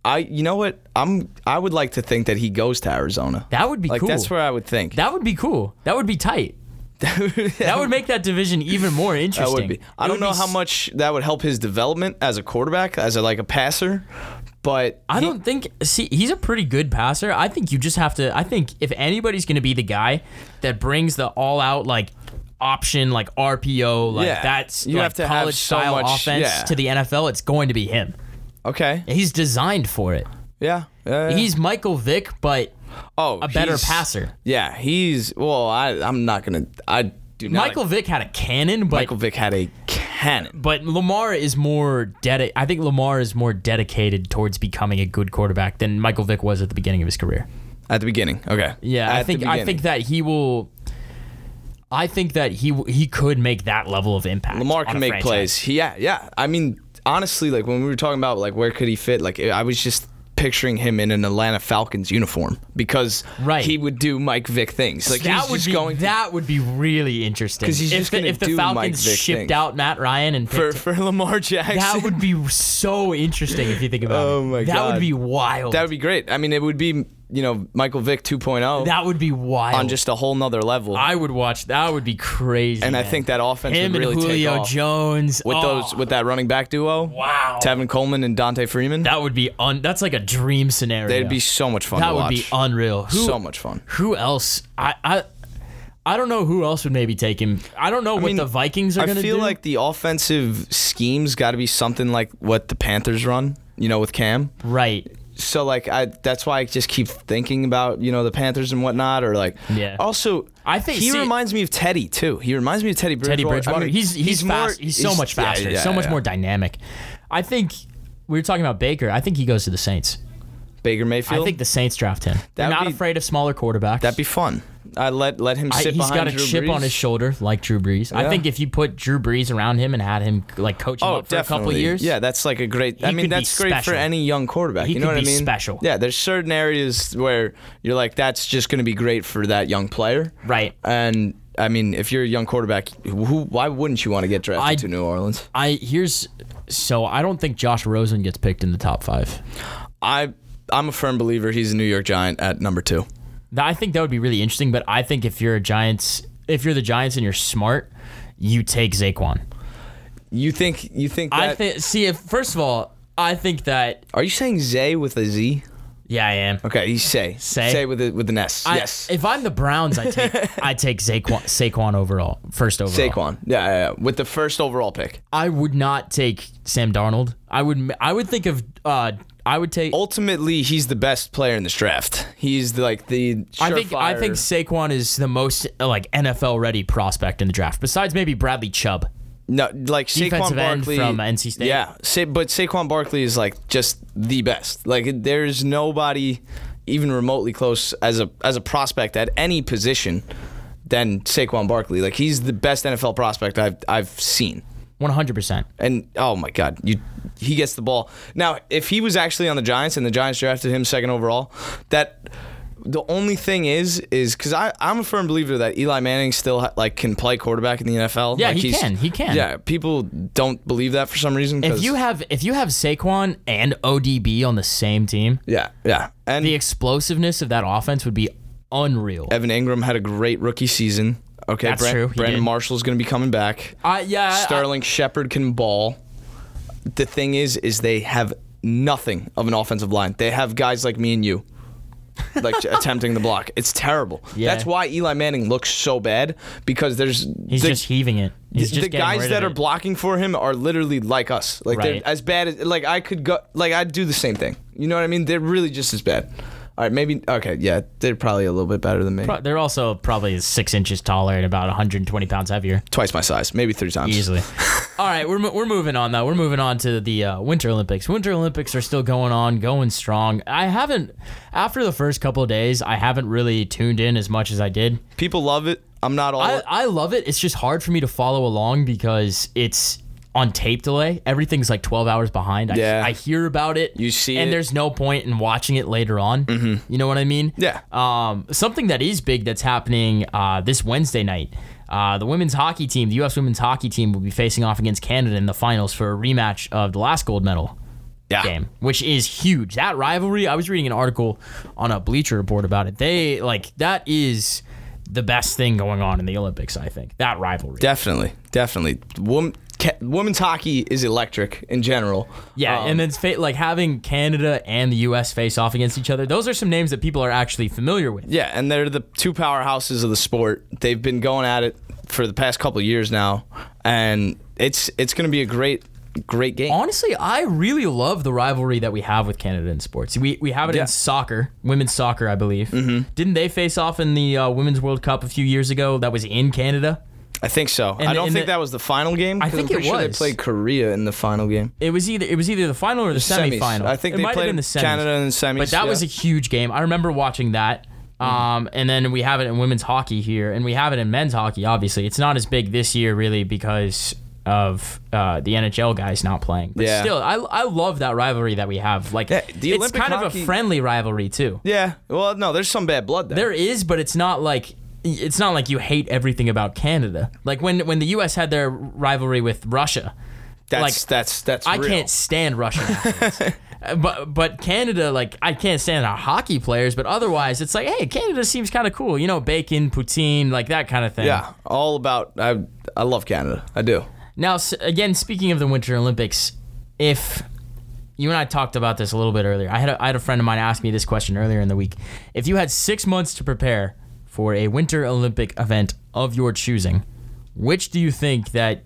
I you know what? I'm I would like to think that he goes to Arizona.
That would be
like
cool.
that's where I would think.
That would be cool. That would be tight. that would make that division even more
That would
interesting.
be. I
It
don't
would
know
be
how
s-
much that would help his development as a quarterback, as a, like a passer, but
I don't think. See, he's a pretty good passer. I think you just have to. I think if anybody's going to be the guy that brings the all-out like option, like RPO, like
Yeah.
that's
You
like,
have to have
college
so
style
much-
offense
yeah.
to the NFL, it's going to be him.
okay,
He's designed for it.
yeah, yeah, yeah.
He's Michael Vick, but
oh
a better
he's-
passer.
Yeah, he's well. I I'm not gonna. I do not.
Michael Vick had a cannon, but
Michael Vick had a cannon.
but Lamar is more dedi- I think Lamar is more dedicated towards becoming a good quarterback than Michael Vick was at the beginning of his career.
At the beginning, okay.
Yeah,
At
I
the
think I think
beginning.
that he will. I think that he w- he could make that level of impact.
Lamar
on
can
a
make
franchise.
plays. He, yeah, yeah. I mean, honestly, like when we were talking about like where could he fit, like I was just picturing him in an Atlanta Falcons uniform because
Right.
he would do Mike Vick things. Like
that
he's
would
just
be
going
that would be really interesting.
'Cause he's
if
just
the,
gonna
if the
do Mike
Falcons
Vick
shipped
things.
out Matt Ryan and
for
picked,
for Lamar Jackson.
that would be so interesting if you think about it.
Oh my
that
God.
would be wild.
That would be great. I mean, it would be you know Michael Vick 2.0
That would be wild.
on just a whole nother level.
I would watch. That would be crazy.
and I
man.
think that offense
him
would really
and
take
Julio
off
Jones
with
oh,
those with that running back duo.
Wow.
Tevin Coleman and Dante Freeman.
That would be un. That's like a dream scenario.
They'd be so much fun.
that
to
would
watch.
be unreal. Who,
so much fun.
Who else? I I I don't know who else would maybe take him. I don't know what
mean,
the Vikings are
I
going to do.
feel like the offensive scheme's got to be something like what the Panthers run, you know, with Cam.
right.
So like I, that's why I just keep thinking about you know the Panthers and whatnot, or like
Yeah.
Also,
I think-
he
see-
reminds me of Teddy too. He reminds me of Teddy Bridgewater.
Teddy Bridgewater.
I mean,
he's he's, fast. he's so much
yeah,
faster.
yeah,
so much
yeah.
more dynamic. I think we were talking about Baker. I think he goes to the Saints.
Baker Mayfield.
I think the Saints draft him. They're
That'd
not
be-
afraid of smaller quarterbacks.
that'd be fun. I let let him
I,
sit
he's
behind
got a
Drew
chip on
Brees.
his shoulder, like Drew Brees. I
Yeah.
think if you put Drew Brees around him and had him like coach him
Oh,
up for
definitely.
a couple years,
Yeah, that's like a great. I
He
mean,
could be
that's great for
special.
any young quarterback.
He
you know
could
what
be
I mean?
special.
Yeah, there's certain areas where you're like, that's just going to be great for that young player.
Right.
And I mean, if you're a young quarterback, who? Why wouldn't you want to get drafted
I-
to New Orleans?
I here's so I don't think Josh Rosen gets picked in the top five.
I I'm a firm believer he's a New York Giant at number two.
Th- I think that would be really interesting, but I think if you're a Giants, if you're the Giants and you're smart, you take Saquon.
You think? You think? That,
I think. See, if first of all, I think that
Are you saying Zay with a Z?
yeah, I am.
Okay, you say
Say.
say with a, with an S.
I-
yes.
If I'm the Browns, I take I take Saquon Saquon overall first overall.
Saquon. Yeah, yeah, yeah, with the first overall pick.
I would not take Sam Darnold. I would m- I would think of uh I would take.
ultimately he's the best player in this draft. He's the, like the
I think I
surefire-
think Saquon is the most uh, like NFL ready prospect in the draft, besides maybe Bradley Chubb.
no like Saquon
defensive end
Barkley
from NC State.
Yeah, Sa- but Saquon Barkley is like just the best. Like there's nobody even remotely close as a as a prospect at any position than Saquon Barkley. Like he's the best NFL prospect I've I've seen.
One hundred percent.
And oh my God, you he gets the ball. Now, if he was actually on the Giants and the Giants drafted him second overall, that the only thing is is because I I'm a firm believer that Eli Manning still ha- like can play quarterback in the NFL.
Yeah,
Like,
he
he's-
can. He can.
Yeah, people don't believe that for some reason.
If
'cause-
you have if you have Saquon and ODB on the same team,
yeah yeah and
the explosiveness of that offense would be unreal.
Evan Ingram had a great rookie season. Okay,
That's
Bran-
true, he
Brandon
did.
Marshall's going to be coming back.
I yeah, I-
Sterling Shepard can ball. The thing is, is they have nothing of an offensive line. They have guys like me and you, like attempting the block. It's terrible.
Yeah.
That's why Eli Manning looks so bad because there's
he's
the,
just heaving it. He's just
the
getting
guys
rid
that
of
are
it.
blocking for him are literally like us. Like
Right.
they're as bad as like I could go. Like I'd do the same thing. You know what I mean? They're really just as bad. All right, maybe okay. Yeah, they're probably a little bit better than me.
Pro- they're also probably six inches taller and about 120 pounds heavier,
Twice my size, maybe three times.
easily. All right, we're, mo- we're moving on though. We're moving on to the uh, Winter Olympics. Winter Olympics are still going on, going strong. I haven't after the first couple of days, I haven't really tuned in as much as I did.
People love it. I'm not all.
I, I love it. It's just hard for me to follow along because it's on tape delay. Everything's like 12 hours behind. I,
Yeah.
I hear about it.
You see
And
it.
there's no point in watching it later on. Mm-hmm. You know what I mean?
Yeah.
Um, something that is big that's happening uh, this Wednesday night. Uh, the women's hockey team, the U.S. women's hockey team, will be facing off against Canada in the finals for a rematch of the last gold medal
Yeah.
game, which is huge. That rivalry, I was reading an article on a Bleacher Report about it. They like that is the best thing going on in the Olympics. I think that rivalry.
Definitely, definitely. Wom- ca- women's hockey is electric in general.
Yeah,
Um,
and then fa- like having Canada and the U.S. face off against each other. Those are some names that people are actually familiar with.
yeah, and they're the two powerhouses of the sport. They've been going at it for the past couple of years now, and it's it's going to be a great great game.
Honestly, I really love the rivalry that we have with Canada in sports. We we have it
Yeah.
in soccer, women's soccer, I believe. Mm-hmm. Didn't they face off in the uh, Women's World Cup a few years ago? That was in Canada.
I think so. I
And-
don't
and
think
the-
that was the final game.
I
'cause
think
I'm
it
pretty Sure they
was.
played Korea in the final game.
It was either it was either the final or the,
Semis.
semifinal.
I think
It
they
might have
played
been the semis.
Canada in the semis.
But that was a
yeah.
huge game. I remember watching that.
Mm-hmm.
Um, and then we have it in women's hockey here, and we have it in men's hockey. Obviously, it's not as big this year, really, because of uh, the NHL guys not playing. But
Yeah.
still, I, I love that rivalry that we have. Like
Yeah, the
it's
Olympic
kind of
hockey-
a friendly rivalry too.
yeah. Well, no, there's some bad blood there.
There is, but it's not like it's not like you hate everything about Canada. Like when when the U.S. had their rivalry with Russia,
that's
like,
that's that's.
I
real.
can't stand Russian athletes. Uh, but but Canada, like I can't stand our hockey players. But otherwise, it's like, hey, Canada seems kind of cool. You know, bacon, poutine, like that kind of thing.
Yeah, all about. I I love Canada. I do.
Now, s- again, speaking of the Winter Olympics, if you and I talked about this a little bit earlier, I had a, I had a friend of mine ask me this question earlier in the week. If you had six months to prepare for a Winter Olympic event of your choosing, which do you think that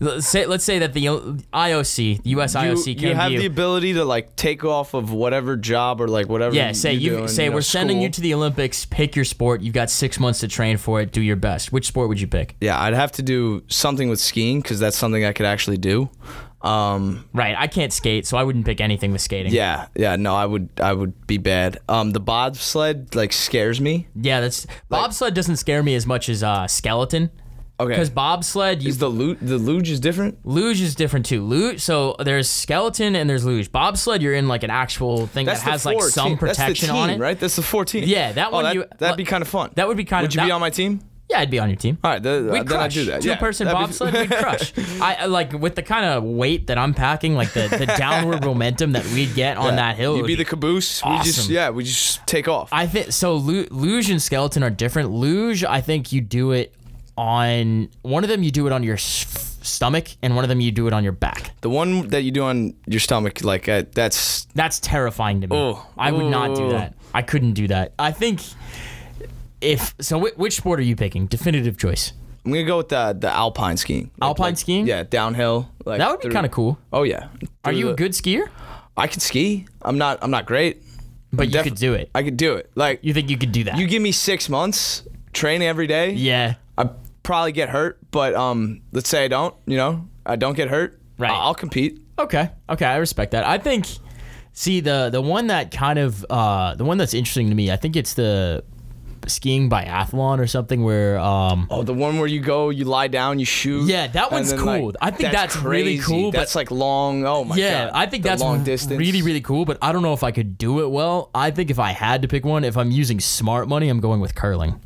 let's say, let's say that the O- IOC, the US
you,
IOC, came
you have
to you.
the ability to like take off of whatever job or like whatever.
Yeah, say you
you're doing,
say
know,
we're sending you
school."
to the Olympics. Pick your sport. You've got six months to train for it. Do your best. Which sport would you pick?
Yeah, I'd have to do something with skiing because that's something I could actually do. Um,
Right, I can't skate, so I wouldn't pick anything with skating.
yeah, yeah, no, I would, I would be bad. Um, the bobsled like scares me.
yeah. That's bobsled doesn't scare me as much as uh, skeleton,
Okay,
because bobsled you
is the lu- the luge is different?
luge is different too. Luge, so there's skeleton and there's luge. Bobsled, you're in like an actual thing
That's
that has
the
like
14
some protection
that's the team,
on it.
right? That's the fourteen.
Yeah, that
Oh,
one
that,
you-
that'd be kind of fun.
that would be kind
Would
of-
you be
that-
on my team?
Yeah, I'd be on your team.
All right, th- uh,
We
then
crush.
I do that.
Two
yeah,
person
that'd be-
bobsled, we crush. I, I like with the kind of weight that I'm packing, like the, the downward momentum that we'd get on that hill.
You'd
would
be the caboose. We just
awesome.
yeah, we just take off.
I think so. Lu- Luge and skeleton are different. Luge, I think you do it on one of them. You do it on your s- stomach, and one of them you do it on your back.
the one that you do on your stomach, like uh, that's
That's terrifying to me.
Oh.
I would not do
Oh.
that. I couldn't do that. I think if so, whi which sport are you picking? Definitive choice.
I'm gonna go with the the alpine skiing. Like-
Alpine
like-
skiing?
Yeah, downhill. Like
That would be
through-
kind of cool.
Oh yeah.
Are
Through
you
the-
a good skier?
I could ski. I'm not. I'm not great.
But you
def-
could do it.
I could do it. Like
You think you could do that?
you give me six months, train every day.
yeah.
I probably get hurt, but um, let's say I don't. You know, I don't get hurt.
Right.
I- I'll compete.
Okay. Okay, I respect that. I think see the the one that kind of uh the one that's interesting to me, I think it's the skiing biathlon or something where um
Oh, the one where you go, you lie down, you shoot.
Yeah, that
and
one's
then,
cool. I think that's really
crazy.
cool, but-
That's like long. Oh my god.
yeah, I think
The
that's
long
r-
distance.
really really cool, but I don't know if I could do it well. I think if I had to pick one, if I'm using smart money, I'm going with curling.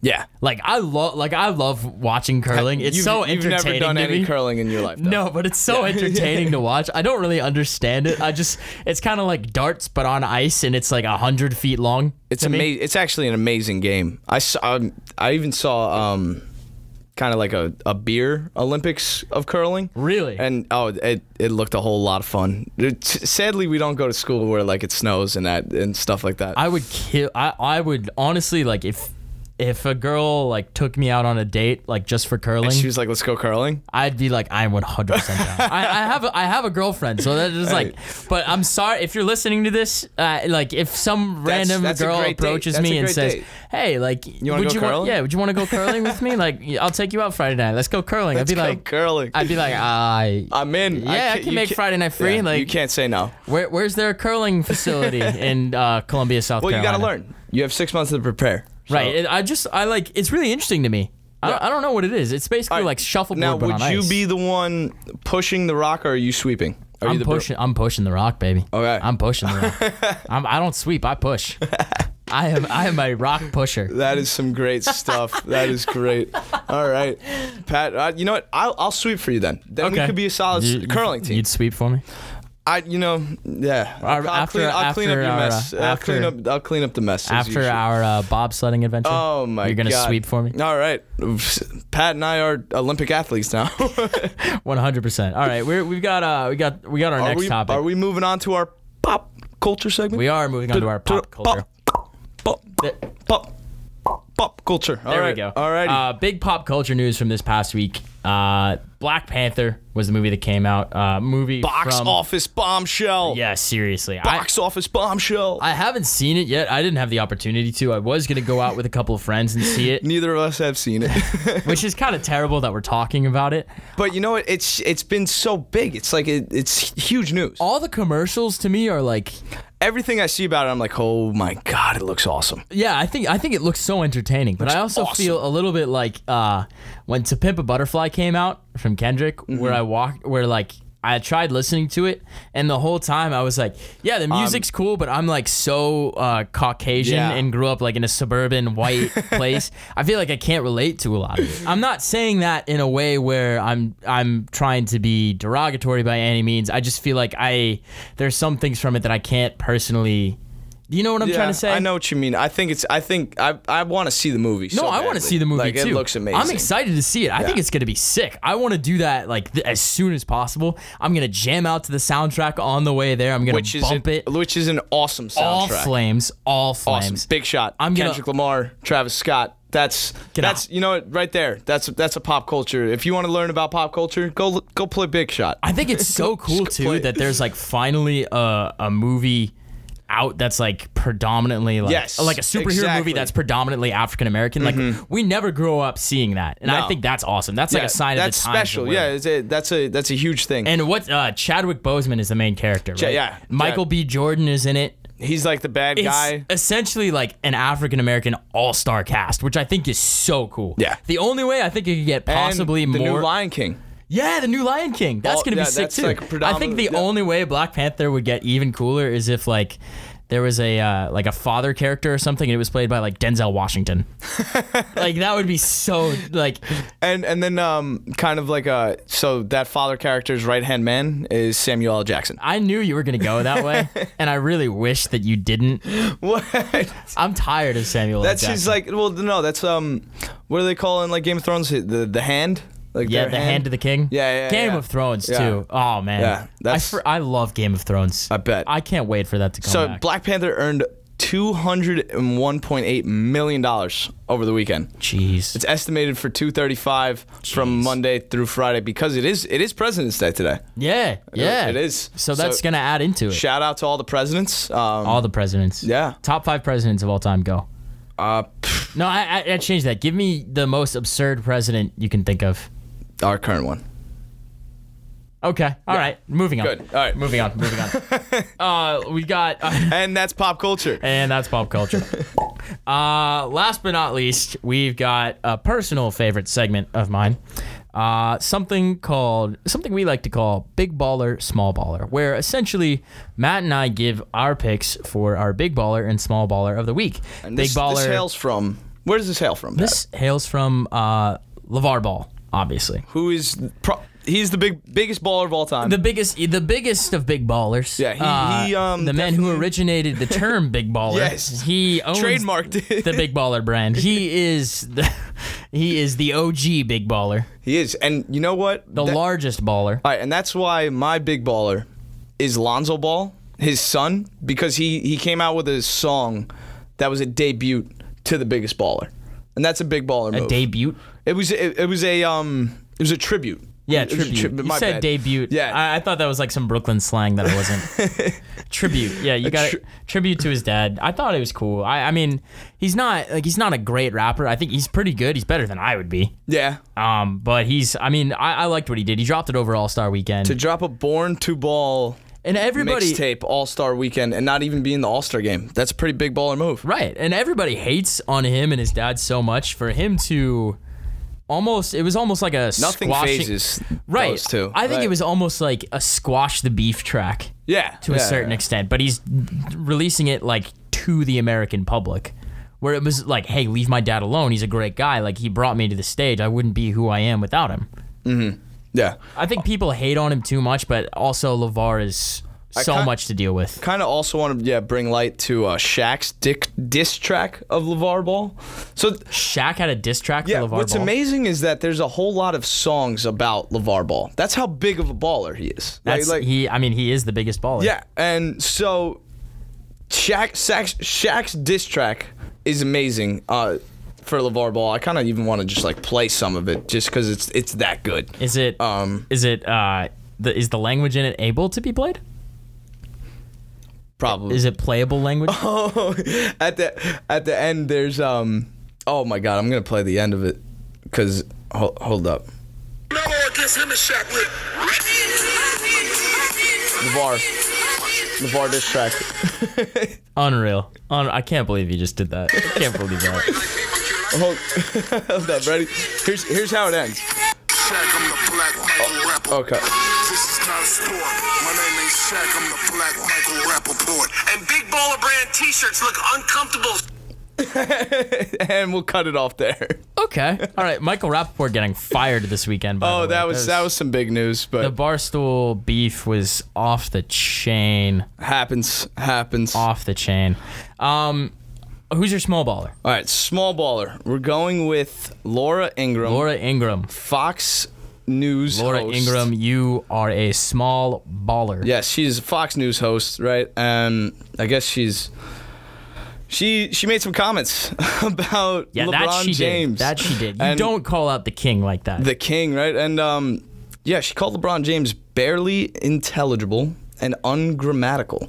Yeah.
Like I love like I love watching curling. It's
You've-
so
you've never
entertaining
done
to
any
me.
curling in your life. though.
No, but it's so entertaining to watch. I don't really understand it. I just it's kind of like darts but on ice and it's like 100 feet long.
It's
to me.
amazing. It's actually an amazing game. I saw. um, I even saw. Um, kind of like a, a beer Olympics of curling.
Really?
And oh, it it looked a whole lot of fun. It- sadly, we don't go to school where like it snows and that and stuff like that.
I would kill. I I would honestly like if if a girl like took me out on a date like just for curling,
and she was like, "Let's go curling."
I'd be like I'm 100 percent down. I, I have a, I have a girlfriend, so that is like. But I'm sorry if you're listening to this. Uh, like if some
That's-
random
that's a
girl
great date.
approaches
That's a
me and
great
says,
date.
"Hey, like
wanna
would
go
you
curling?
want? Yeah, would you want to go curling with me? Like I'll take you out Friday night. Let's go curling.
Let's
I'd be
go
like
curling.
I'd be like I.
I'm in.
yeah, I
can't-
can
you
make
can't-
Friday night free.
yeah,
like
you can't say no.
Where, where's their curling facility in uh, Columbia, South
Well, you
Carolina?
gotta learn. You have six months to prepare. So-
Right. it- I just, I like, it's really interesting to me. I, don't, I don't know what it is. It's basically
All right,
like shuffleboard,
Now,
but
would
on
you
ice.
be the one pushing the rock, or are you sweeping? Are you
I'm
the bro- Oh,
pushing. I'm pushing the rock, baby.
Okay.
I'm pushing the rock. I'm, I don't sweep. I push. I am. I am a rock pusher.
That is some great stuff. that is great. All right, Pat. Uh, you know what? I'll, I'll sweep for you then. Then we could be a solid s-
You- you-
curling team.
You'd sweep for me.
I, you know, yeah.
Our-
I'll,
after-
clean, I'll clean up
after
your
our,
mess.
uh,
I'll
after-
clean up. I'll clean up the mess. as
After
usual.
our uh, bobsledding adventure.
Oh my god!
You're gonna sweep for me.
All right, Pat and I are Olympic athletes now.
One hundred percent. All right, we're, we've got uh, we got we got our
are
next
we
topic.
are we moving on to our pop culture segment?
We are moving on to our pop culture.
Pop, pop,
There-
pop, pop culture. All
There
right,
we go.
All right.
Uh, big pop culture news from this past week. Uh, Black Panther was the movie that came out. Uh, movie
Box
from,
office bombshell.
Yeah, seriously. I,
Box office bombshell.
I haven't seen it yet. I didn't have the opportunity to. I was gonna go out with a couple of friends and see it,
Neither of us have seen it.
which is kind of terrible that we're talking about it.
But you know what? It's it's been so big. It's like it, it's huge news.
All the commercials to me are like,
Everything I see about it, I'm like, oh my god, it looks awesome.
yeah, I think I think it looks so entertaining, but I also
awesome.
feel a little bit like uh, when "To Pimp a Butterfly" came out from Kendrick,
Mm-hmm.
where I walked, where like. I tried listening to it, and the whole time I was like, "Yeah, the music's cool," but I'm like so uh, Caucasian
Um, Yeah.
and grew up like in a suburban white place. I feel like I can't relate to a lot of it. I'm not saying that in a way where I'm I'm trying to be derogatory by any means. I just feel like I there's some things from it that I can't personally. You know what I'm
Yeah,
trying to say?
I know what you mean. I think it's. I think I. I want to see the movie.
No,
so
I want
badly.
to see the movie
Like
too.
it looks amazing.
I'm excited to see it. I think
Yeah.
it's gonna be sick. I want to do that like th- as soon as possible. I'm gonna jam out to the soundtrack on the way there. I'm gonna
Which is
bump
an,
it.
Which is an awesome soundtrack.
All flames, all
awesome.
flames.
Big shot.
I'm gonna-
Kendrick Lamar, Travis Scott. That's
Get
that's
out.
you know what right there. That's that's a pop culture. If you want to learn about pop culture, go l- go play Big Shot.
I think it's so cool
Just
too
play it.
that there's like finally a, a movie out that's like predominantly like
Yes,
like a superhero
exactly. Mm-hmm.
movie that's predominantly African American. Like we never grow up seeing that, and
No.
I think that's awesome. That's like
Yeah,
a sign
that's
of the times that
special.
we're
Yeah,
in.
it's a, that's a that's a huge thing.
And what uh, Chadwick Boseman is the main character, right?
yeah,
Michael
yeah.
B. Jordan is in it.
He's like the bad
it's
guy.
essentially like an African American all star cast, which I think is so cool.
Yeah.
The only way I think it could get possibly
and the
more.
new Lion King.
yeah, the new Lion King. That's
All-
gonna
yeah,
be sick
that's,
too.
like,
I think the
predominant- yeah.
only way Black Panther would get even cooler is if like there was a uh, like a father character or something, and it was played by like Denzel Washington. like that would be so like
And and then um kind of like uh so that father character's right hand man is Samuel L. Jackson.
I knew you were gonna go that way, and I really wish that you didn't.
What?
I'm tired of Samuel. L.
That's his
Jackson.
like well no that's um what do they call in like Game of Thrones the the hand like
Yeah,
their
the hand. of the king.
Yeah, yeah,
Game
yeah.
of Thrones
Yeah.
too. Oh man,
Yeah, that's-
I, fr- I love Game of Thrones.
I bet.
I can't wait for that to come
So
back.
Black Panther earned two hundred and one point eight million dollars over the weekend.
Jeez,
It's estimated for two thirty five from
Jeez.
Monday through Friday because it is it is President's Day today.
yeah, yeah,
it is.
So
So-
that's gonna add into it.
Shout out to all the presidents. Um,
all the presidents.
Yeah.
Top five presidents of all time. Go.
uh, pff,
No, I, I, I changed that. Give me the most absurd president you can think of.
our current one.
Okay. all right. Moving on.
Good. All right.
Moving on. Moving on. uh, we got.
And that's pop culture.
And that's pop culture. uh, last but not least, we've got a personal favorite segment of mine. Uh, something called something we like to call big baller, small baller, where essentially Matt and I give our picks for our big baller and small baller of the week.
And
big
this,
baller.
This hails from. Where does this hail from? Pat?
this hails from uh, Levar Ball, obviously.
who is pro- he's the big biggest baller of all time.
The biggest, the biggest of big ballers. Uh,
Yeah, he- he, um,
the man who originated the term "big baller."
Yes.
he owns
Trademarked it.
the big baller brand. He is the, he is the OG big baller,
he is, and you know what?
the
That-
largest baller.
All right, and that's why my big baller is Lonzo Ball, his son, because he he came out with a song that was a debut to the biggest baller, and that's a big baller
A
move.
debut.
it was it, it was a um it was a tribute.
Yeah,
It was a
tribute.
tri-
you
my
said
bad.
debut.
Yeah.
I, I thought that was like some Brooklyn slang that I wasn't. tribute. Yeah, you got
tri-
it. Tribute to his dad. I thought it was cool. I, I mean, he's not like he's not a great rapper. I think he's pretty good. He's better than I would be.
yeah.
Um, but he's. I mean, I, I liked what he did. He dropped it over All Star Weekend,
To drop a born to ball
and everybody.
mixtape All Star Weekend and not even be in the All Star game, that's a pretty big baller move.
Right. And everybody hates on him and his dad so much for him to almost it was almost like a
Nothing
squashing,
phases
right
those two.
I think
Right.
it was almost like a squash the beef track
yeah
to a certain extent, but he's releasing it like to the American public. Where it was like, hey, leave my dad alone. He's a great guy. Like, he brought me to the stage. I wouldn't be who I am without him.
Yeah.
I think people hate on him too much, but also LeVar is so
kin-
much to deal with.
Kind of also want to yeah bring light to uh, Shaq's dick diss track of LeVar Ball. So th-
Shaq had a diss track
yeah,
for LeVar
what's
Ball.
amazing is that there's a whole lot of songs about LeVar Ball. That's how big of a baller he is. Like-
That's
like,
he. I mean, he is the biggest baller.
Yeah, and so Shaq, Shaq's, Shaq's diss track is amazing uh, for LeVar Ball. I kind of even want to just like play some of it just because it's it's that good.
Is it?
Um,
is it? Uh, the, is the language in it able to be played?
Probably
Is it playable language?
Oh. at the at the end. There's um. Oh my God, I'm gonna play the end of it because hold, hold up,
Melo against him and Shaq with
LeVar, LeVar diss track.
Unreal. Un- I can't believe you just did that. I can't believe that.
Hold, hold up, ready? Here's here's how it ends.
Shaq, I'm the black Michael Rapper.
Okay.
This is not a store. My name ain't Shaq, I'm the black Michael Rappaport. And Big Baller Brand t-shirts look uncomfortable.
and we'll cut it off there.
Okay. All right. Michael Rappaport getting fired this weekend. By the
Oh,
way.
that was that was some big news, but
the barstool beef was off the chain.
happens happens.
Off the chain. Um, who's your small baller?
All right, small baller. We're going with Laura Ingram,
Laura Ingram.
Fox News.
Laura
host.
Ingram, you are a small baller.
Yes, she's a Fox News host, right? And I guess she's she she made some comments about
Yeah,
LeBron
that she
James.
did. That she did. You
And
don't call out the king like that.
the king, right? And um, yeah, she called LeBron James barely intelligible and ungrammatical.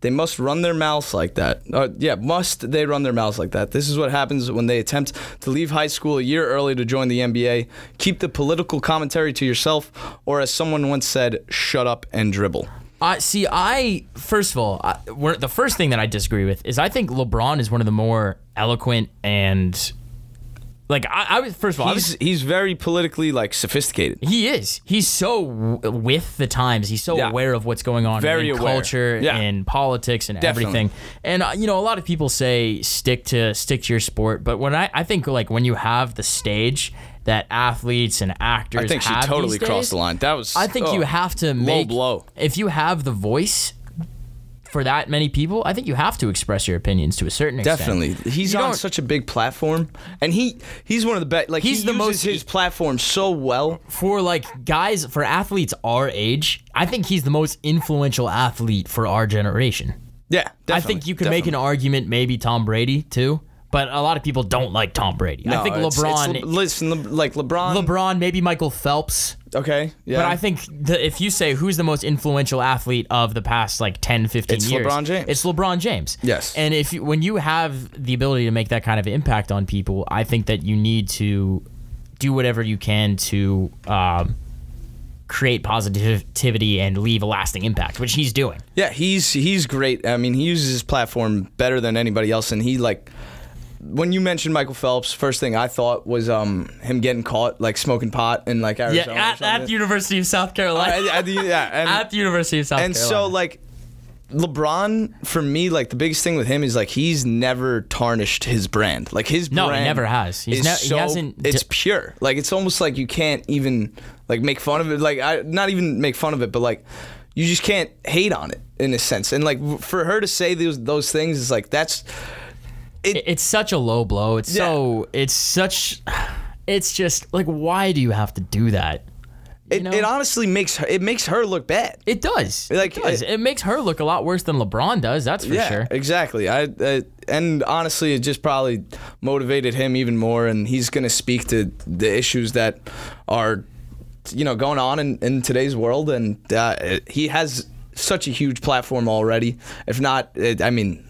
They must run their mouths like that. Uh, yeah, must they run their mouths like that? This is what happens when they attempt to leave high school a year early to join the NBA. Keep the political commentary to yourself, or as someone once said, shut up and dribble.
I see. I first of all, I, one- the first thing that I disagree with is I think LeBron is one of the more eloquent and like I, I was first of all, I was,
He's he's very politically like sophisticated.
he is. He's so w- with the times. He's so
Yeah.
aware of what's going on
Very
in
aware.
culture
Yeah.
and politics and
Definitely.
everything. And uh, you know, a lot of people say stick to stick to your sport, but when I I think like when you have the stage that athletes and actors
I think she
have
totally
these
crossed
days,
the line. That was
I think
oh,
you have to make
blow.
If you have the voice for that many people, I think you have to express your opinions to a certain extent.
Definitely, he's
You
on
don't-
such a big platform, and he he's one of the best. Like
He's
he
the
uses
most-
his platform so well.
For like guys, for athletes our age, I think he's the most influential athlete for our generation.
Yeah,
I think you could make an argument, maybe Tom Brady too, but a lot of people don't like Tom Brady. I think LeBron,
listen, Oh, Le- like LeBron.
LeBron, maybe Michael Phelps.
okay, yeah,
But I think the, if you say who's the most influential athlete of the past like 10, 15
It's
years,
LeBron James.
It's LeBron James.
Yes.
And if you, when you have the ability to make that kind of impact on people, I think that you need to do whatever you can to um, create positivity and leave a lasting impact, which he's doing.
yeah, he's he's great. I mean, he uses his platform better than anybody else, and he like. When you mentioned Michael Phelps, first thing I thought was um him getting caught like smoking pot in like Arizona. or
yeah, at, at the
something.
University of South Carolina.
I- I- I- yeah, and-
at the University of South
and
Carolina.
so like LeBron for me like the biggest thing with him is like he's never tarnished his brand. Like his
No, he
brand
never has. He's
is
ne- he
so,
hasn't
it's
d-
pure. Like it's almost like you can't even like make fun of it. Like I not even make fun of it, but like you just can't hate on it in a sense. And like w- for her to say those those things is like that's
it's such a low blow. It's
Yeah.
so it's such it's just like why do you have to do that?
it,
know?
it honestly makes her it makes her look bad.
It does.
Like,
it does.
it-
It, makes her look a lot worse than LeBron does, that's for
yeah,
sure.
exactly. I uh, and honestly, it just probably motivated him even more, and he's going to speak to the issues that are, you know, going on in, in today's world, and uh, he has such a huge platform already. If not, it, I mean,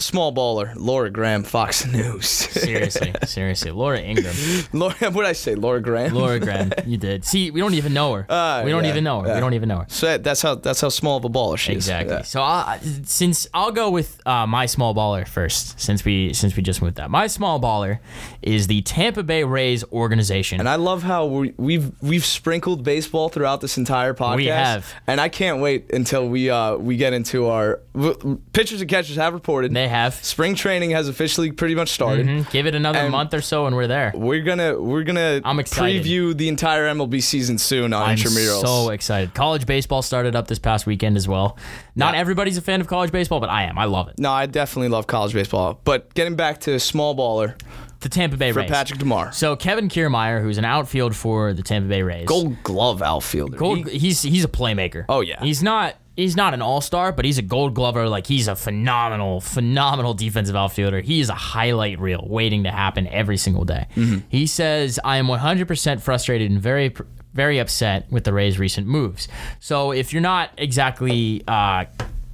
small baller, Laura Graham, Fox News.
seriously, seriously. Laura Ingram.
Laura, what did I say, Laura Graham?
Laura Graham, you did. See, we don't even know her.
Uh,
we don't
yeah,
even know her.
yeah.
We don't even know her.
So that- that's how that's how small of a baller she
Exactly.
is.
So I, since I'll go with uh, my small baller first, since we since we just moved that, my small baller is the Tampa Bay Rays organization.
And I love how we, we've we've sprinkled baseball throughout this entire podcast.
have.
and I can't wait until we uh we get into our w- pitchers and catchers have reported.
They they have. Mm-hmm.
Spring training has officially pretty much started.
Give it another
And-
month or so, and we're there.
We're gonna we're gonna
I'm excited.
preview the entire MLB season soon on
I'm
intramurals.
so excited. College baseball started up this past weekend as well. Not everybody's a fan of college baseball, but I am. I love it.
no, I definitely love college baseball. But getting back to small baller
The Tampa Bay
for
Rays.
Patrick DeMar,
So Kevin Kiermeyer, who's an outfield for the Tampa Bay Rays,
Gold Glove outfielder.
Gold- he's he's a playmaker.
Oh, yeah.
He's not he's not an all star, but he's a Gold Glover. Like he's a phenomenal, phenomenal defensive outfielder. He is a highlight reel waiting to happen every single day.
Mm-hmm.
He says, "I am 100% frustrated and very." Very upset with the Rays' recent moves. So if you're not exactly uh,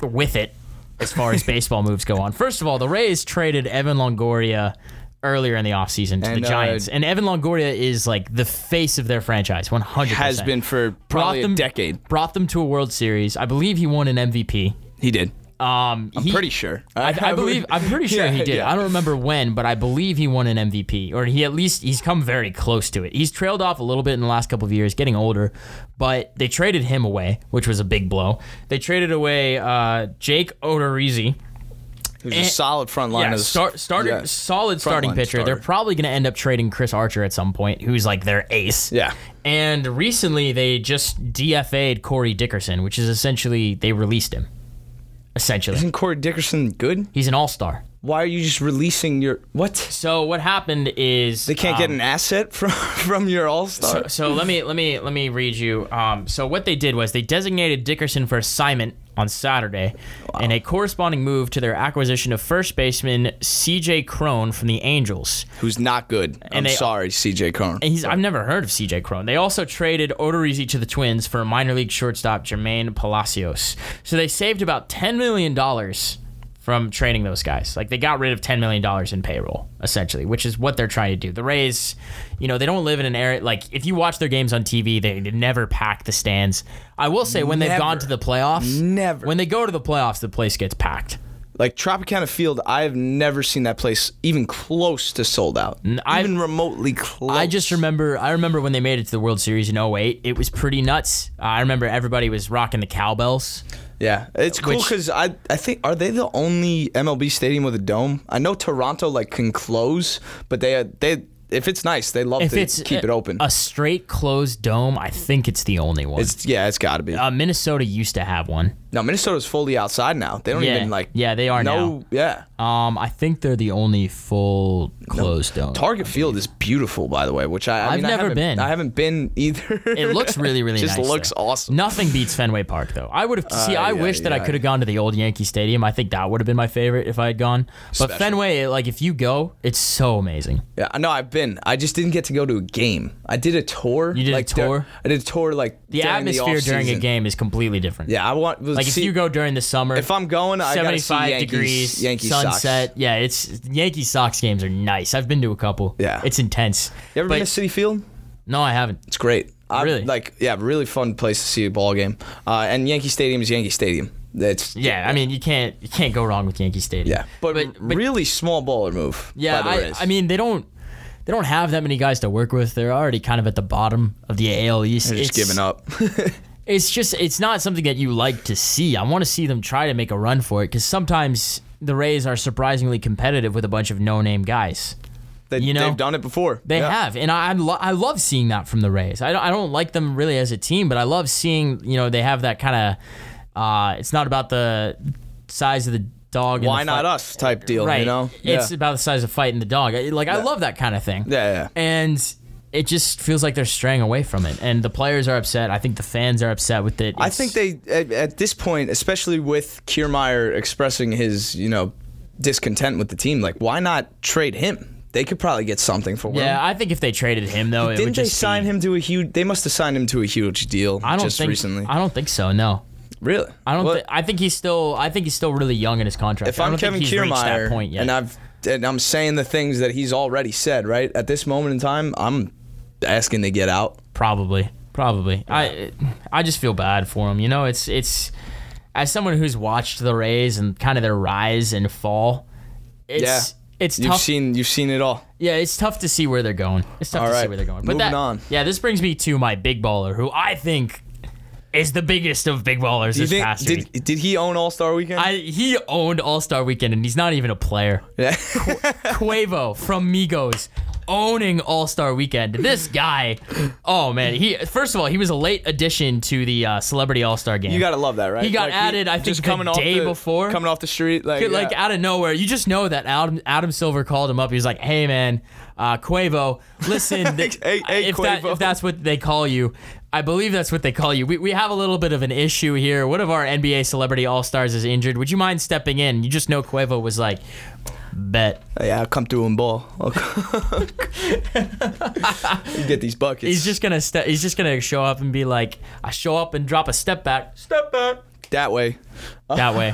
with it as far as baseball moves go on, first of all, the Rays traded Evan Longoria earlier in the offseason to
And,
the
uh,
Giants, and Evan Longoria is like the face of their franchise, 100.
has been for probably a decade.
Brought them to a World Series. I believe he won an MVP.
He did.
Um,
I'm
he-
pretty sure.
I, I believe. I'm pretty sure
Yeah,
he did.
yeah.
I don't remember when, but I believe he won an MVP, or he at least he's come very close to it. He's trailed off a little bit in the last couple of years, getting older. But they traded him away, which was a big blow. They traded away uh, Jake Odorizzi.
Who's
eh,
a solid front line.
Yeah,
as-
start, starter,
yeah.
solid starting
line
pitcher. They're
starter.
probably going to end up trading Chris Archer at some point, who's like their ace.
Yeah.
And recently, they just DFA'd Corey Dickerson, which is essentially they released him. Essentially,
Isn't Corey Dickerson good?
he's an all star.
Why are you just releasing your what?
So what happened is
They can't
um,
get an asset from from your all
So,
star.
so let me let me let me read you. Um, so what they did was they designated Dickerson for assignment on Saturday, in a corresponding move to their acquisition of first baseman C.J. Crone from the Angels.
Who's not good? I'm
they-
sorry, C.J. Cone.
And he's I've never heard of C.J. Crone. They also traded Odorizzi to the Twins for minor league shortstop Jermaine Palacios. So they saved about ten million dollars from trading those guys. Like they got rid of ten million dollars in payroll essentially, which is what they're trying to do. The Rays, you know, they don't live in an area like if you watch their games on TV, they never pack the stands. I will say when they've gone
Never.
to the playoffs,
Never.
when they go to the playoffs, the place gets packed.
Like Tropicana Field, I have never seen that place even close to sold out.
I've-
even remotely close.
I just remember I remember when they made it to the World Series in 08. It was pretty nuts. I remember everybody was rocking the cowbells.
Yeah, it's cool
Which-
because I I think are they the only MLB stadium with a dome? I know Toronto like can close, but they uh, they if it's nice they love
If
to
it's
keep
a,
it open.
a straight closed dome, I think it's the only one.
it's yeah, it's got to be.
uh, Minnesota used to have one.
no, Minnesota's fully outside now. They don't
Yeah.
even like
Yeah, they are
no,
now.
yeah.
Um, I think they're the only full closed dome.
Target Field is beautiful, by the way, which I, I
I've
mean, I
never
haven't-
been.
I haven't been either.
it looks really, really
just
nice.
looks
there.
awesome.
Nothing beats Fenway Park though. I would have see. I
yeah,
wish that I
yeah.
could have gone to the old Yankee Stadium. I think that would have been my favorite if I had gone. But
Special.
Fenway, like if you go, it's so amazing.
Yeah, I know I've been. I just didn't get to go to a game. I did a tour.
You did a
like, dur-
tour?
I did a tour like
The
during
atmosphere during a
off-season.
game is completely different.
Yeah, I want
Like
see,
if you go during the summer,
If I'm going, I gotta see
75
Yankees-
degrees,
Yankees
sunset.
Sox.
Yeah, it's Yankee Sox games are nice. I've been to a couple.
Yeah.
it's intense.
You ever
But-
been to City Field?
No, I haven't.
It's great. I,
Really?
Like, yeah, really fun place to see a ball game. Uh, and Yankee Stadium is Yankee Stadium. It's
Yeah, I mean you can't you can't go wrong with Yankee Stadium.
yeah, but,
but, but
really small baller move.
yeah,
by the
I,
Rays.
I mean they don't they don't have that many guys to work with. They're already kind of at the bottom of the AL East.
They're just
It's-
giving up.
it's just it's not something that you like to see. I want to see them try to make a run for it because sometimes the Rays are surprisingly competitive with a bunch of no-name guys.
they,
you know,
they've done it before.
They
Yeah.
have, and I I, lo- I love seeing that from the Rays. I don't, I don't like them really as a team, but I love seeing you know they have that kind of. Uh, it's not about the size of the dog. and
Why
the
not
fight-
us? Type deal.
Right.
You know.
It's about the size of fighting the dog. I- Like I love that kind of thing.
Yeah, yeah.
And it just feels like they're straying away from it, and the players are upset. I think the fans are upset with it.
I
It's-
think they at, at this point, especially with Kiermaier expressing his you know discontent with the team, like why not trade him? They could probably get something for him.
Yeah, I think if they traded him though, it would
Didn't they
just
sign
be-
him to a huge? They must have signed him to a huge deal.
I don't
just
think
recently.
I don't think so. No,
really?
I don't.
Well,
thi- I think he's still. I think he's still really young in his contract.
if
I
I'm
don't
Kevin
think he's reached
Kiermaier
that point yet.
and I've and I'm saying the things that he's already said, right at this moment in time, I'm asking to get out.
Probably, probably. I I just feel bad for him. You know, it's it's as someone who's watched the Rays and kind of their rise and fall. It's
yeah,
it's
you've
tough.
seen you've seen it all.
yeah, it's tough to see where they're going. It's tough
All
to see
right,
where they're going.
moving
that,
on.
Yeah, this brings me to my big baller, who I think is the biggest of big ballers
You
this
think-
past week.
did, did he own All Star Weekend?
I, he owned All Star Weekend, and he's not even a player.
Yeah.
Quavo from Migos owning All Star Weekend. This guy, oh man, he first of all he was a late addition to the uh, Celebrity All Star game.
you gotta love that, right?
He got
Like,
added, I think,
just
the
coming off
day
the,
before.
coming off the street, like,
Like, like,
yeah.
out of nowhere, you just know that Adam Adam Silver called him up. He was like, "Hey man, uh, Quavo, listen, th-
Hey, hey,
if, that,
Quavo."
if that's what they call you, I believe that's what they call you. We, we have a little bit of an issue here. One of our NBA celebrity all stars is injured. Would you mind stepping in? You just know Quavo was like, "Bet."
yeah, I'll come through and ball. I'll come- you get these buckets.
He's just gonna ste- he's just gonna show up and be like, "I show up and drop a step back, step back."
that way.
That way,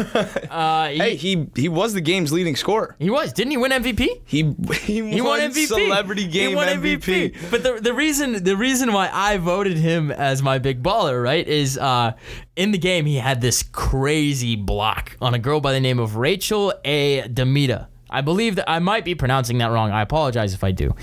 uh, he,
Hey, he he was the game's leading scorer.
he was didn't he win MVP?
He he,
He won, MVP.
Celebrity game
he won
MVP.
But the, the reason the reason why I voted him as my big baller, right, is uh, in the game he had this crazy block on a girl by the name of Rachel A. Demita. I believe that I might be pronouncing that wrong. I apologize if I do.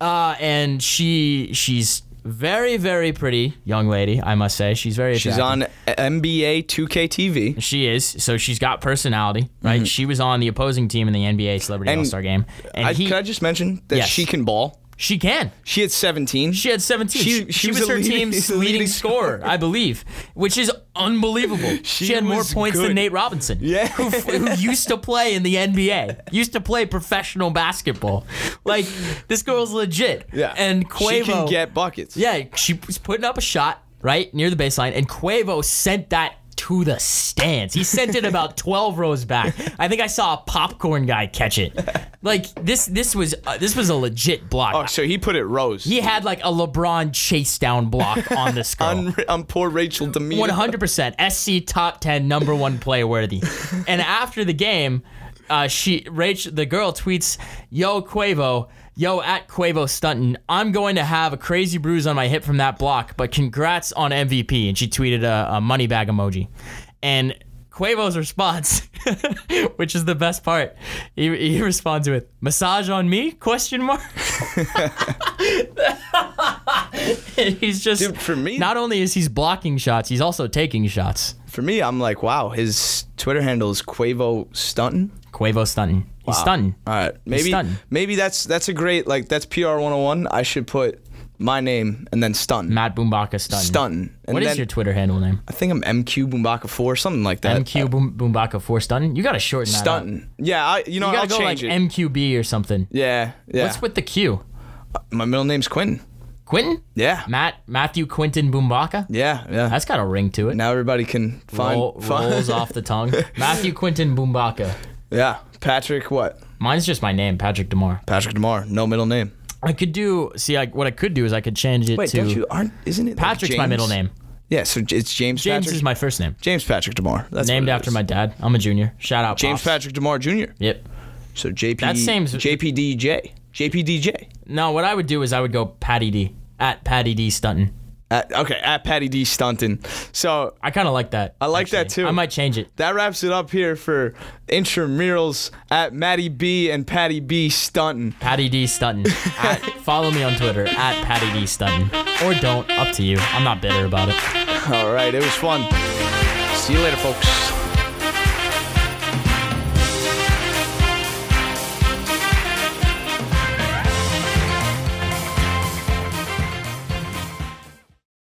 Uh, and she she's very very pretty young lady. I must say she's very.
She's
attractive.
on NBA 2K TV.
She is. So she's got personality, right? She was on the opposing team in the NBA Celebrity
Mm-hmm. And
All Star Game, and
I,
he
could I just mention that
Yes.
she can ball?
she can.
She had 17.
She had
She-
17. She,
she
she,
was
was,
the
her
leading-
team's
leading
leading, scorer, I believe, which is unbelievable. She, had more
was
points
good.
than Nate Robinson,
Yeah.
who, who used to play in the NBA, used to play professional basketball. Like, this girl's legit.
yeah.
And Quavo.
She can get buckets.
Yeah, she was putting up a shot right near the baseline, and Quavo sent that to the stands. He sent it about 12 rows back. I think I saw a popcorn guy catch it. Like this, this was uh, this was a legit block.
Oh, so he put it rose.
he had like a LeBron chase down block on this girl.
on, on poor Rachel Demita.
100% SC top 10 number one play worthy. And after the game, uh, she Rach the girl tweets, "Yo Quavo, yo at Quavo Stunton, I'm going to have a crazy bruise on my hip from that block, but congrats on MVP." And she tweeted a, a money bag emoji. And Quavo's response, which is the best part, he, he responds with "massage on me?" question mark. he's just
Dude, for me-
Not only is he's blocking shots, he's also taking shots.
For me, I'm like, wow, his Twitter handle is Quavo Stuntin.
Quavo stunting. He's stunting.
All right, maybe
stuntin'.
maybe that's that's a great like that's PR 101. I should put my name and then stun.
Matt Boombaka stunting.
Stun. And
What is
then uh,
your Twitter handle name?
I think I'm MQ Bumbaka 4 something like that.
MQ Boom, Boombaka for stunting. You gotta shorten that. up.
Stuntin. Yeah, I you know
You gotta
I'll
go like
change it.
MQB or something.
yeah, yeah.
What's with the Q?
my middle name's Quentin.
Quentin?
Yeah.
Matt Matthew Quentin Boombaka.
Yeah, yeah.
That's got a ring to it.
now everybody can find,
Roll,
find-
rolls off the tongue. Matthew Quentin Boombaka.
Yeah, Patrick what?
Mine's just my name, Patrick Demar.
Patrick Demar, no middle name.
I could do. See, I, what I could do is I could change it
Wait,
to
don't you aren't isn't it like
Patrick's my
James?
middle name.
Yeah, so j- it's James,
James
Patrick.
is my first name.
James Patrick Demar. That's
Named
what it
after
is.
my dad. I'm a junior. Shout out,
James
Pops.
Patrick Demar Jr.
Yep.
So JP
That seems-
JPDJ. JPDJ.
No, what I would do is I would go Patty D at Patty D Stunton.
At, okay, at Patty D Stunton. So
I kind of like that. I
like that too.
I might change it.
that wraps it up here for intramurals at Matty B and Patty B Stunton.
Patty D Stunton. at, follow me on Twitter at Patty D Stunton or don't. Up to you. I'm not bitter about it.
All right, it was fun. See you later, folks.